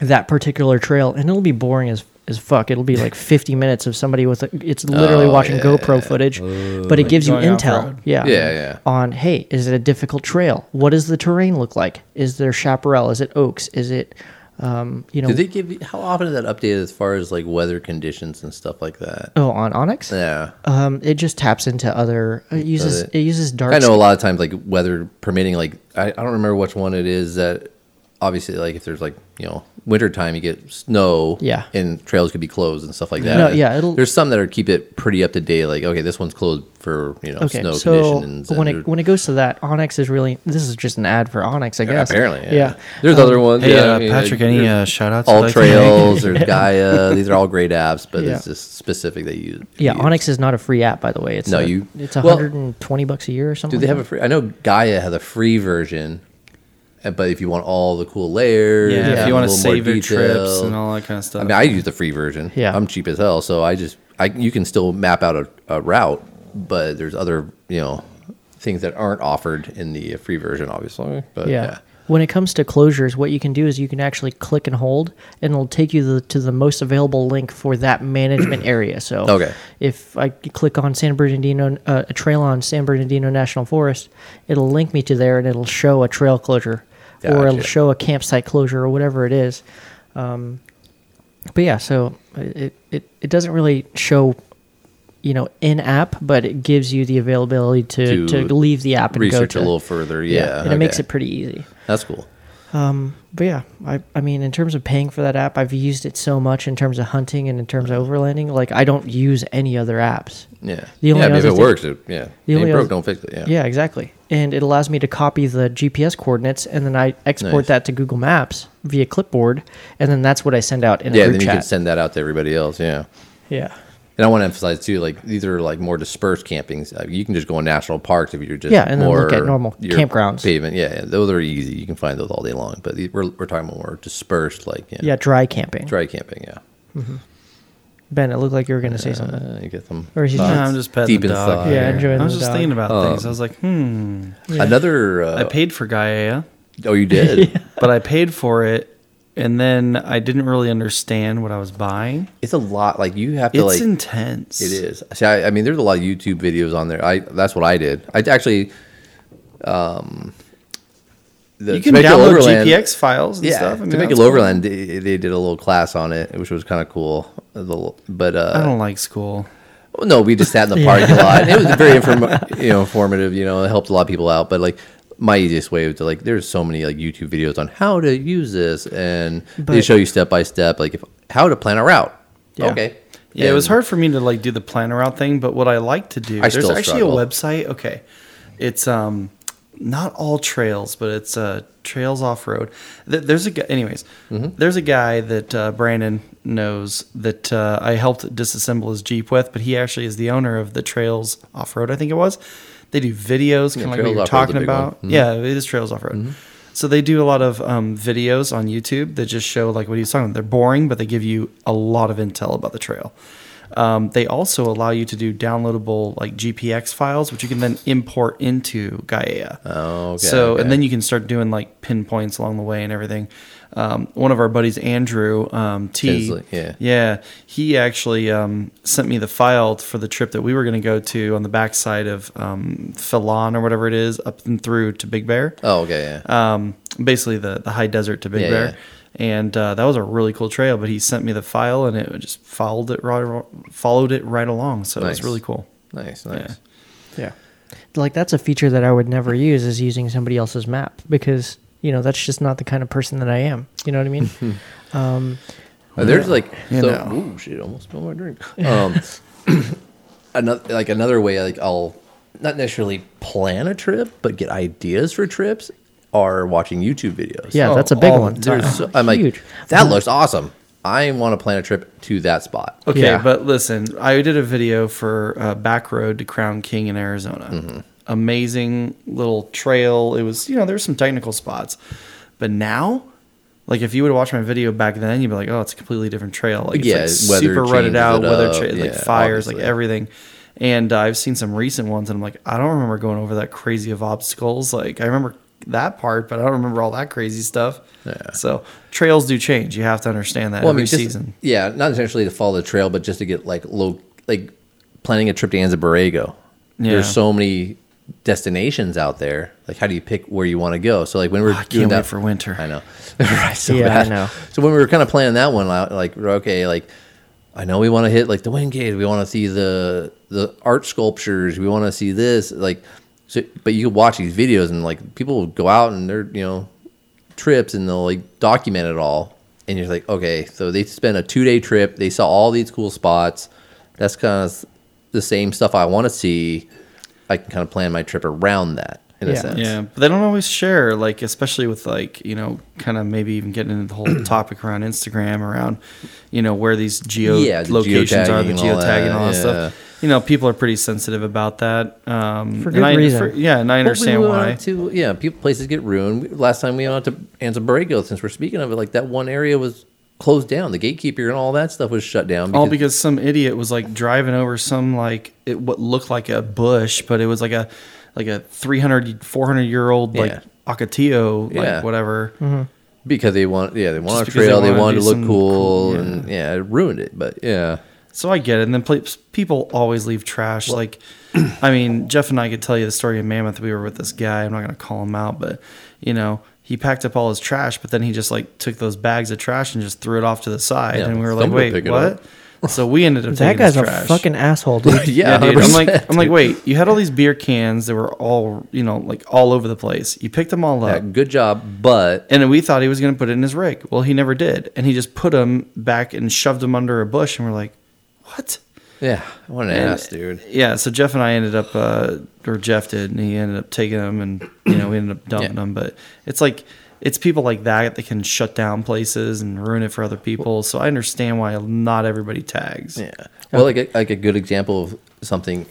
Speaker 1: that particular trail, and it'll be boring as as fuck. It'll be like 50 minutes of somebody with a, it's literally
Speaker 2: Oh,
Speaker 1: watching
Speaker 2: yeah.
Speaker 1: GoPro footage, but it gives you
Speaker 3: going
Speaker 1: intel.
Speaker 3: off-road.
Speaker 1: Yeah,
Speaker 2: Yeah, yeah.
Speaker 1: On hey, is it a difficult trail? What does the terrain look like? Is there chaparral? Is it oaks? Is it um, you know,
Speaker 2: Did they give you, how often is that updated as far as like weather conditions and stuff like that?
Speaker 1: oh, on Onyx?
Speaker 2: Yeah.
Speaker 1: Um, it just taps into other. It uses
Speaker 2: it?
Speaker 1: it uses dark.
Speaker 2: I know a lot of times, like weather permitting, like I, I don't remember which one it is that obviously, like if there's like you know winter time, you get snow,
Speaker 1: Yeah.
Speaker 2: and trails could be closed and stuff like that.
Speaker 1: No,
Speaker 2: And
Speaker 1: yeah, it'll-
Speaker 2: there's some that are keep it pretty up to date. Like okay, this one's closed for you know
Speaker 1: Okay,
Speaker 2: snow
Speaker 1: so
Speaker 2: conditions.
Speaker 1: when
Speaker 2: and
Speaker 1: it when it goes to that, Onyx is really. This is just an ad for Onyx, I guess.
Speaker 2: apparently, yeah,
Speaker 1: yeah. um,
Speaker 2: there's other ones.
Speaker 3: Hey,
Speaker 2: yeah, I
Speaker 3: uh,
Speaker 2: mean,
Speaker 3: Patrick,
Speaker 2: like,
Speaker 3: any
Speaker 2: there's
Speaker 3: uh, shout outs?
Speaker 2: all trails or Gaia? These are all great apps, but
Speaker 1: Yeah.
Speaker 2: it's just specific that you.
Speaker 1: Yeah,
Speaker 2: you-
Speaker 1: Onyx is not a free app, by the way. It's
Speaker 2: No,
Speaker 1: a,
Speaker 2: you-
Speaker 1: It's a
Speaker 2: well-
Speaker 1: 120 bucks a year or something.
Speaker 2: Do they have a
Speaker 1: like
Speaker 2: free? I know Gaia has a free version, uh, but if you want all the cool layers,
Speaker 3: Yeah,
Speaker 2: have
Speaker 3: if
Speaker 2: a
Speaker 3: you want to
Speaker 2: little more
Speaker 3: save your trips
Speaker 2: detail.
Speaker 3: and all that kind of stuff.
Speaker 2: I mean, I use the free version.
Speaker 1: Yeah.
Speaker 2: I'm cheap as hell, so I just I you can still map out a, a route but there's other you know things that aren't offered in the free version, obviously. But
Speaker 1: yeah.
Speaker 2: yeah,
Speaker 1: When it comes to closures, what you can do is you can actually click and hold, and it'll take you the, to the most available link for that management area. So,
Speaker 2: Okay.
Speaker 1: if I click on San Bernardino, uh, a trail on San Bernardino National Forest, it'll link me to there, and it'll show a trail closure, or it'll
Speaker 2: Gotcha.
Speaker 1: show a campsite closure, or whatever it is. Um, but yeah, so it, it it doesn't really show, you know, in app, but it gives you the availability to, to,
Speaker 2: To
Speaker 1: leave the app and go
Speaker 2: research
Speaker 1: to
Speaker 2: a little further. Yeah,
Speaker 1: and it makes
Speaker 2: okay.
Speaker 1: it pretty easy.
Speaker 2: That's cool.
Speaker 1: But yeah, I, I mean, in terms of paying for that app, I've used it so much in terms of hunting and in terms of overlanding. Like, I don't use any other apps.
Speaker 2: Yeah,
Speaker 1: The only
Speaker 2: yeah. I mean, if
Speaker 1: other
Speaker 2: it
Speaker 1: thing-
Speaker 2: works, it, yeah.
Speaker 1: The
Speaker 2: Ain't
Speaker 1: only
Speaker 2: broke,
Speaker 1: other-
Speaker 2: don't fix it. Yeah.
Speaker 1: Yeah, exactly. And it allows me to copy the GPS coordinates and then I export
Speaker 2: Nice.
Speaker 1: that to Google Maps via clipboard. And then that's what I send out in
Speaker 2: Yeah,
Speaker 1: a
Speaker 2: and
Speaker 1: group
Speaker 2: then you can
Speaker 1: chat.
Speaker 2: send that out to everybody else. Yeah.
Speaker 1: yeah.
Speaker 2: And I want to emphasize too, like these are like more dispersed campings. Uh, you can just go in national parks if you're just
Speaker 1: Yeah, and then
Speaker 2: more
Speaker 1: look at normal
Speaker 2: your
Speaker 1: campgrounds.
Speaker 2: pavement. Yeah, yeah, those are easy. You can find those all day long. But the- we're we're talking more dispersed, like yeah,
Speaker 1: Yeah, dry camping.
Speaker 2: dry camping. Yeah,
Speaker 1: Ben, it looked like you were going to say something.
Speaker 2: Uh, you get them.
Speaker 1: Or is he
Speaker 3: No,
Speaker 1: just-
Speaker 2: thoughts
Speaker 1: Nah,
Speaker 3: I'm just petting
Speaker 2: deep
Speaker 3: the
Speaker 2: in
Speaker 3: dog.
Speaker 2: thought.
Speaker 1: Yeah,
Speaker 2: here.
Speaker 1: enjoy it.
Speaker 3: I
Speaker 1: the
Speaker 3: was just
Speaker 1: dog.
Speaker 3: thinking about
Speaker 2: Oh.
Speaker 3: things. I was like, hmm.
Speaker 1: Yeah.
Speaker 2: Another. Uh,
Speaker 3: I paid for Gaia,
Speaker 2: Oh, you did.
Speaker 3: but I paid for it, and then I didn't really understand what I was buying.
Speaker 2: It's a lot. Like you have to
Speaker 3: It's
Speaker 2: like.
Speaker 3: intense.
Speaker 2: It is. See, I, I mean, there's a lot of YouTube videos on there. I that's what I did. I actually, um, the
Speaker 3: You can
Speaker 2: Temecula
Speaker 3: download
Speaker 2: Overland-
Speaker 3: GPX files and
Speaker 2: Yeah,
Speaker 3: stuff.
Speaker 2: to make
Speaker 3: that's
Speaker 2: it
Speaker 3: cool.
Speaker 2: Overland, they, they did a little class on it, which was kind of cool. A little- But
Speaker 3: I
Speaker 2: uh,
Speaker 3: don't like school.
Speaker 2: no, we just sat in the parking lot. It was very inform- you know informative. You know, it helped a lot of people out. But like. My easiest way was to like. There's so many like YouTube videos on how to use this, and they
Speaker 1: But-
Speaker 2: show you step by step, like if, how to plan a route.
Speaker 1: Yeah.
Speaker 2: Okay.
Speaker 3: Yeah, it was
Speaker 2: And-
Speaker 3: hard for me to like do the planner out thing, but what I like to do,
Speaker 2: I
Speaker 3: there's
Speaker 2: still
Speaker 3: actually
Speaker 2: struggle.
Speaker 3: a website. Okay, it's um not all trails, but it's uh trails off road. Th- there's a guy, anyways.
Speaker 2: Mm-hmm.
Speaker 3: There's a guy that uh, Brandon knows that uh, I helped disassemble his Jeep with, but he actually is the owner of the Trails Off Road. I think it was. They do videos, kind of like
Speaker 2: Trails
Speaker 3: we were
Speaker 2: Off Road's a
Speaker 3: talking
Speaker 2: big one.
Speaker 3: about. Yeah, it is Trails Off Road.
Speaker 2: Mm-hmm.
Speaker 3: So they do a lot of um, videos on YouTube that just show like what he's talking about. They're boring, but they give you a lot of intel about the trail. Um, they also allow you to do downloadable like GPX files, which you can then import into Gaia.
Speaker 2: Oh, okay,
Speaker 3: So
Speaker 2: okay.
Speaker 3: and then you can start doing like pinpoints along the way and everything. Um, one of our buddies, Andrew um, T,
Speaker 2: Tinsley, yeah.
Speaker 3: yeah, he actually um, sent me the file for the trip that we were going to go to on the backside of um, Phelan or whatever it is, up and through to Big Bear.
Speaker 2: Oh, okay. Yeah.
Speaker 3: Um, basically, the the high desert to Big
Speaker 2: Yeah,
Speaker 3: Bear,
Speaker 2: yeah.
Speaker 3: and uh, that was a really cool trail. But he sent me the file, and it just followed it right, followed it right along. So it was
Speaker 2: Nice.
Speaker 3: really cool.
Speaker 2: Nice, nice.
Speaker 1: Yeah. Like that's a feature that I would never use is using somebody else's map because, you know, that's just not the kind of person that I am. You know what I mean? um,
Speaker 2: Uh, there's like
Speaker 3: You
Speaker 2: so.
Speaker 3: know.
Speaker 2: Ooh, shit! Almost spilled my drink. Um, another like another way like I'll not necessarily plan a trip, but get ideas for trips are watching YouTube videos.
Speaker 1: Yeah, that's a big
Speaker 2: all-
Speaker 1: one.
Speaker 2: There's so,
Speaker 1: Oh,
Speaker 2: I'm
Speaker 1: huge.
Speaker 2: like that looks awesome. I want to plan a trip to that spot.
Speaker 3: Okay,
Speaker 1: Yeah.
Speaker 3: but listen, I did a video for uh, Back Road to Crown King in Arizona.
Speaker 2: Mm-hmm.
Speaker 3: Amazing little trail. It was, you know, there were some technical spots, but now, like if you would watch my video back then, you'd be like, oh, it's a completely different trail. Like it's
Speaker 2: Yeah,
Speaker 3: like
Speaker 2: weather
Speaker 3: super
Speaker 2: changes
Speaker 3: rutted out,
Speaker 2: it
Speaker 3: weather
Speaker 2: up.
Speaker 3: cha- like
Speaker 2: Yeah,
Speaker 3: fires, like
Speaker 2: obviously.
Speaker 3: everything. And uh, I've seen some recent ones, and I'm like, I don't remember going over that crazy of obstacles. Like I remember that part, but I don't remember all that crazy stuff.
Speaker 2: Yeah.
Speaker 3: So trails do change. You have to understand that
Speaker 2: Well, I
Speaker 3: every
Speaker 2: mean, just,
Speaker 3: season.
Speaker 2: yeah, not necessarily to follow the trail, but just to get like low, like planning a trip to Anza Borrego.
Speaker 3: Yeah.
Speaker 2: There's so many destinations out there. Like, how do you pick where you want to go? So, like when we we're
Speaker 3: Oh, I
Speaker 2: doing
Speaker 3: can't
Speaker 2: that
Speaker 3: wait for winter.
Speaker 2: I know, right? So
Speaker 1: Yeah, I
Speaker 2: bad.
Speaker 1: know.
Speaker 2: So when we were kind of planning that one out, like we're okay, like I know we want to hit like the Wind Cave, we want to see the the art sculptures, we want to see this, like. So, but you watch these videos and like people will go out and they're you know trips and they'll like document it all. And you're like, okay, so they spent a two day trip. They saw all these cool spots. That's kind of the same stuff I want to see. I can kind of plan my trip around that in a
Speaker 1: Yeah.
Speaker 2: sense.
Speaker 3: Yeah, but they don't always share, like especially with like you know, kind of maybe even getting into the whole topic around Instagram, around you know where these geo
Speaker 2: Yeah, the
Speaker 3: locations are,
Speaker 2: geotagging
Speaker 3: the
Speaker 2: and all
Speaker 3: geotagging, and all that
Speaker 2: that,
Speaker 3: stuff. You know, people are pretty sensitive about that. Um,
Speaker 1: For
Speaker 3: and
Speaker 1: good
Speaker 3: I-
Speaker 1: reason.
Speaker 3: yeah, and I
Speaker 2: But we
Speaker 3: understand
Speaker 2: went
Speaker 3: why.
Speaker 2: out To, yeah, people places get ruined. We- Last time we went out to Anza Borrego, since we're speaking of it, like that one area was closed down. The gatekeeper and all that stuff was shut down.
Speaker 3: All because some idiot was like driving over some like it what looked like a bush, but it was like a like a 300 400 year old like
Speaker 2: Yeah.
Speaker 3: Ocotillo like
Speaker 2: Yeah.
Speaker 3: whatever.
Speaker 2: because they want yeah they want
Speaker 3: Just
Speaker 2: a
Speaker 3: because they
Speaker 2: trail they,
Speaker 3: wanna
Speaker 2: wanted
Speaker 3: do
Speaker 2: to look
Speaker 3: some
Speaker 2: cool,
Speaker 3: cool- yeah.
Speaker 2: and yeah it ruined it but yeah
Speaker 3: So I get it. And then pla people always leave trash. like, I mean, Jeff and I could tell you the story of Mammoth. We were with this guy. I'm not going to call him out, but you know, he packed up all his trash, but then he just like took those bags of trash and just threw it off to the side.
Speaker 2: Yeah,
Speaker 3: and we were like,
Speaker 2: somebody
Speaker 3: wait,
Speaker 2: pick it
Speaker 3: what? So we ended up
Speaker 1: That
Speaker 3: taking
Speaker 1: guy's
Speaker 3: his
Speaker 1: a
Speaker 3: trash.
Speaker 1: fucking asshole, dude.
Speaker 2: yeah,
Speaker 3: dude. I'm like,
Speaker 2: 100%,
Speaker 3: I'm like,
Speaker 2: dude.
Speaker 3: wait, you had all these beer cans that were all, you know, like all over the place. You picked them all
Speaker 2: Yeah,
Speaker 3: up.
Speaker 2: good job but
Speaker 3: And we thought he was going to put it in his rig. Well, he never did. And he just put them back and shoved them under a bush. And we're like, what?
Speaker 2: yeah what an
Speaker 3: And-
Speaker 2: ass dude
Speaker 3: Yeah, so Jeff and I ended up, uh, or Jeff did, and he ended up taking them, and you know we ended up dumping
Speaker 2: Yeah.
Speaker 3: them. But it's like it's people like that that can shut down places and ruin it for other people. So I understand why not everybody tags.
Speaker 2: yeah well like a, like a good example of something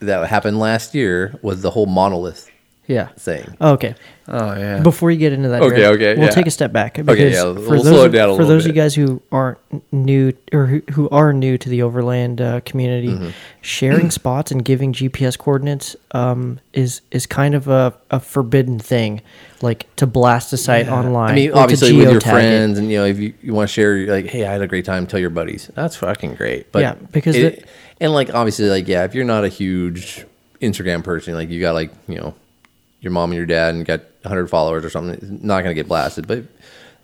Speaker 2: that happened last year was the whole monolith
Speaker 1: Yeah.
Speaker 2: thing
Speaker 1: Okay.
Speaker 3: Oh yeah.
Speaker 1: Before you get into that,
Speaker 2: Okay,
Speaker 1: Grant,
Speaker 2: okay,
Speaker 1: we'll
Speaker 2: yeah.
Speaker 1: take a step back because
Speaker 2: yeah,
Speaker 1: for
Speaker 2: we'll
Speaker 1: those
Speaker 2: slow
Speaker 1: of,
Speaker 2: it down a
Speaker 1: for
Speaker 2: little
Speaker 1: those of
Speaker 2: bit.
Speaker 1: you guys who aren't new or who, who are new to the overland uh, community,
Speaker 2: Mm-hmm.
Speaker 1: sharing spots and giving GPS coordinates um, is is kind of a, a forbidden thing, like to blast a site online.
Speaker 2: I mean,
Speaker 1: or to
Speaker 2: obviously with your
Speaker 1: geotag it.
Speaker 2: friends, and you know, if you, you want to share, you're like, hey, I had a great time, tell your buddies. That's fucking great. But
Speaker 1: Yeah, because
Speaker 2: it-
Speaker 1: the-
Speaker 2: and like obviously, like yeah, if you're not a huge Instagram person, like you got like you know your mom and your dad and got 100 followers or something, it's not gonna get blasted. But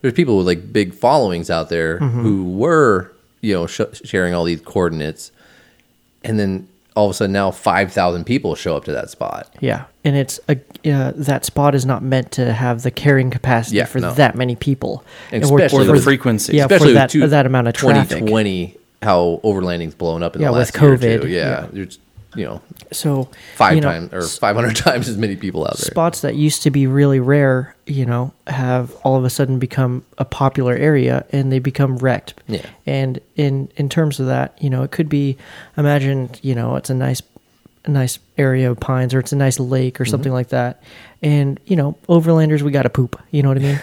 Speaker 2: there's people with like big followings out there
Speaker 1: Mm-hmm.
Speaker 2: who were you know sh- sharing all these coordinates, and then all of a sudden now 5,000 people show up to that spot.
Speaker 1: Yeah, and it's a uh, that spot is not meant to have the carrying capacity
Speaker 2: Yeah,
Speaker 1: for
Speaker 2: no.
Speaker 1: that many people,
Speaker 2: And
Speaker 1: we're-
Speaker 2: especially
Speaker 3: Or the
Speaker 2: with-
Speaker 3: frequency.
Speaker 1: Yeah, for
Speaker 2: especially
Speaker 1: that
Speaker 2: with two-
Speaker 1: that amount of traffic.
Speaker 2: 2020 how overlanding's blown up in
Speaker 1: Yeah,
Speaker 2: the
Speaker 1: with
Speaker 2: last year or
Speaker 1: COVID,
Speaker 2: two.
Speaker 1: yeah.
Speaker 2: yeah, There's, you know
Speaker 1: So
Speaker 2: five
Speaker 1: you know,
Speaker 2: times or 500 times as many people out there
Speaker 1: spots that used to be really rare, you know, have all of a sudden become a popular area and they become wrecked.
Speaker 2: Yeah.
Speaker 1: And in in terms of that, you know, it could be imagine, you know, it's a nice a nice area of pines or it's a nice lake
Speaker 2: Mm-hmm.
Speaker 1: or something like that. And, you know, overlanders we got to poop, you know what I mean?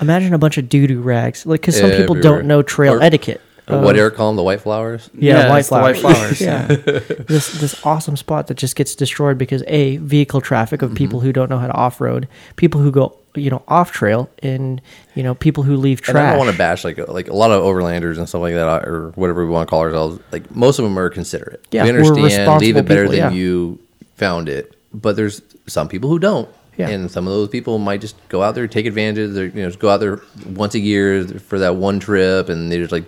Speaker 1: imagine a bunch of doo-doo rags like cuz some people
Speaker 2: Everywhere.
Speaker 1: don't know trail
Speaker 2: Or-
Speaker 1: etiquette.
Speaker 2: Uh, what Eric call them the white flowers
Speaker 1: Yeah,
Speaker 3: Yeah,
Speaker 1: white
Speaker 3: it's the white
Speaker 1: flowers.
Speaker 3: flowers,
Speaker 1: yeah. this this awesome spot that just gets destroyed because a vehicle traffic
Speaker 2: Mm-hmm.
Speaker 1: of people who don't know how to off road, people who go you know off trail, and you know people who leave
Speaker 2: and I
Speaker 1: trash.
Speaker 2: don't want to bash like like a lot of overlanders and stuff like that uh, or whatever we want to call ourselves like most of them are considerate
Speaker 1: Yeah,
Speaker 2: we
Speaker 1: we're
Speaker 2: understand
Speaker 1: responsible
Speaker 2: leave it better
Speaker 1: people,
Speaker 2: than
Speaker 1: yeah.
Speaker 2: you found it but there's some people who don't
Speaker 1: Yeah.
Speaker 2: and some of those people might just go out there take advantage or you know just go out there once a year for that one trip and they just like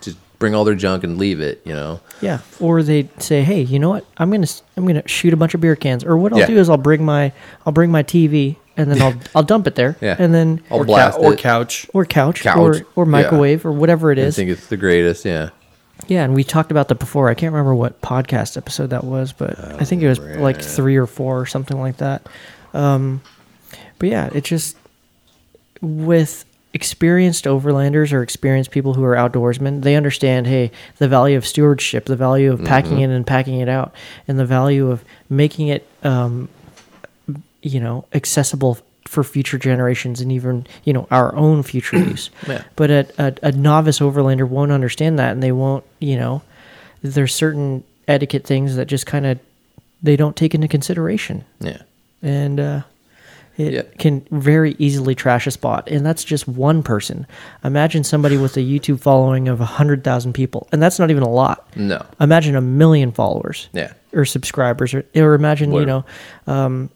Speaker 2: just bring all their junk and leave it you know
Speaker 1: yeah, or they say, hey, you know what? I'm gonna s- I'm gonna shoot a bunch of beer cans, or what I'll
Speaker 2: Yeah.
Speaker 1: do is I'll bring my I'll bring my TV and then I'll I'll dump it there,
Speaker 2: Yeah.
Speaker 1: and then
Speaker 2: I'll
Speaker 3: Or, cou-
Speaker 2: blast
Speaker 3: or
Speaker 2: it.
Speaker 3: couch.
Speaker 1: or couch,
Speaker 2: Couch,
Speaker 1: or or
Speaker 2: yeah.
Speaker 1: microwave or whatever it
Speaker 2: I
Speaker 1: is.
Speaker 2: think it's the greatest. Yeah.
Speaker 1: Yeah, and we talked about that before. I can't remember what podcast episode that was, but I think it was
Speaker 2: Oh,
Speaker 1: like three or four or something like that. Um, but yeah, it just with experienced overlanders or experienced people who are outdoorsmen, they understand hey the value of stewardship, the value of packing it and packing it out, and the value of making it um, you know accessible for future generations and even you know our own future use.
Speaker 2: Yeah.
Speaker 1: But a, a, a novice overlander won't understand that, and they won't you know there's certain etiquette things that just kind of they don't take into consideration
Speaker 2: Yeah.
Speaker 1: and uh, it
Speaker 2: Yeah.
Speaker 1: can very easily trash a spot. And that's just one person. Imagine somebody with a YouTube following of 100,000 people, and that's not even a lot.
Speaker 2: No.
Speaker 1: Imagine a million followers
Speaker 2: Mm. Yeah.
Speaker 1: or subscribers, or, or imagine, you
Speaker 2: Whatever.
Speaker 1: know, um,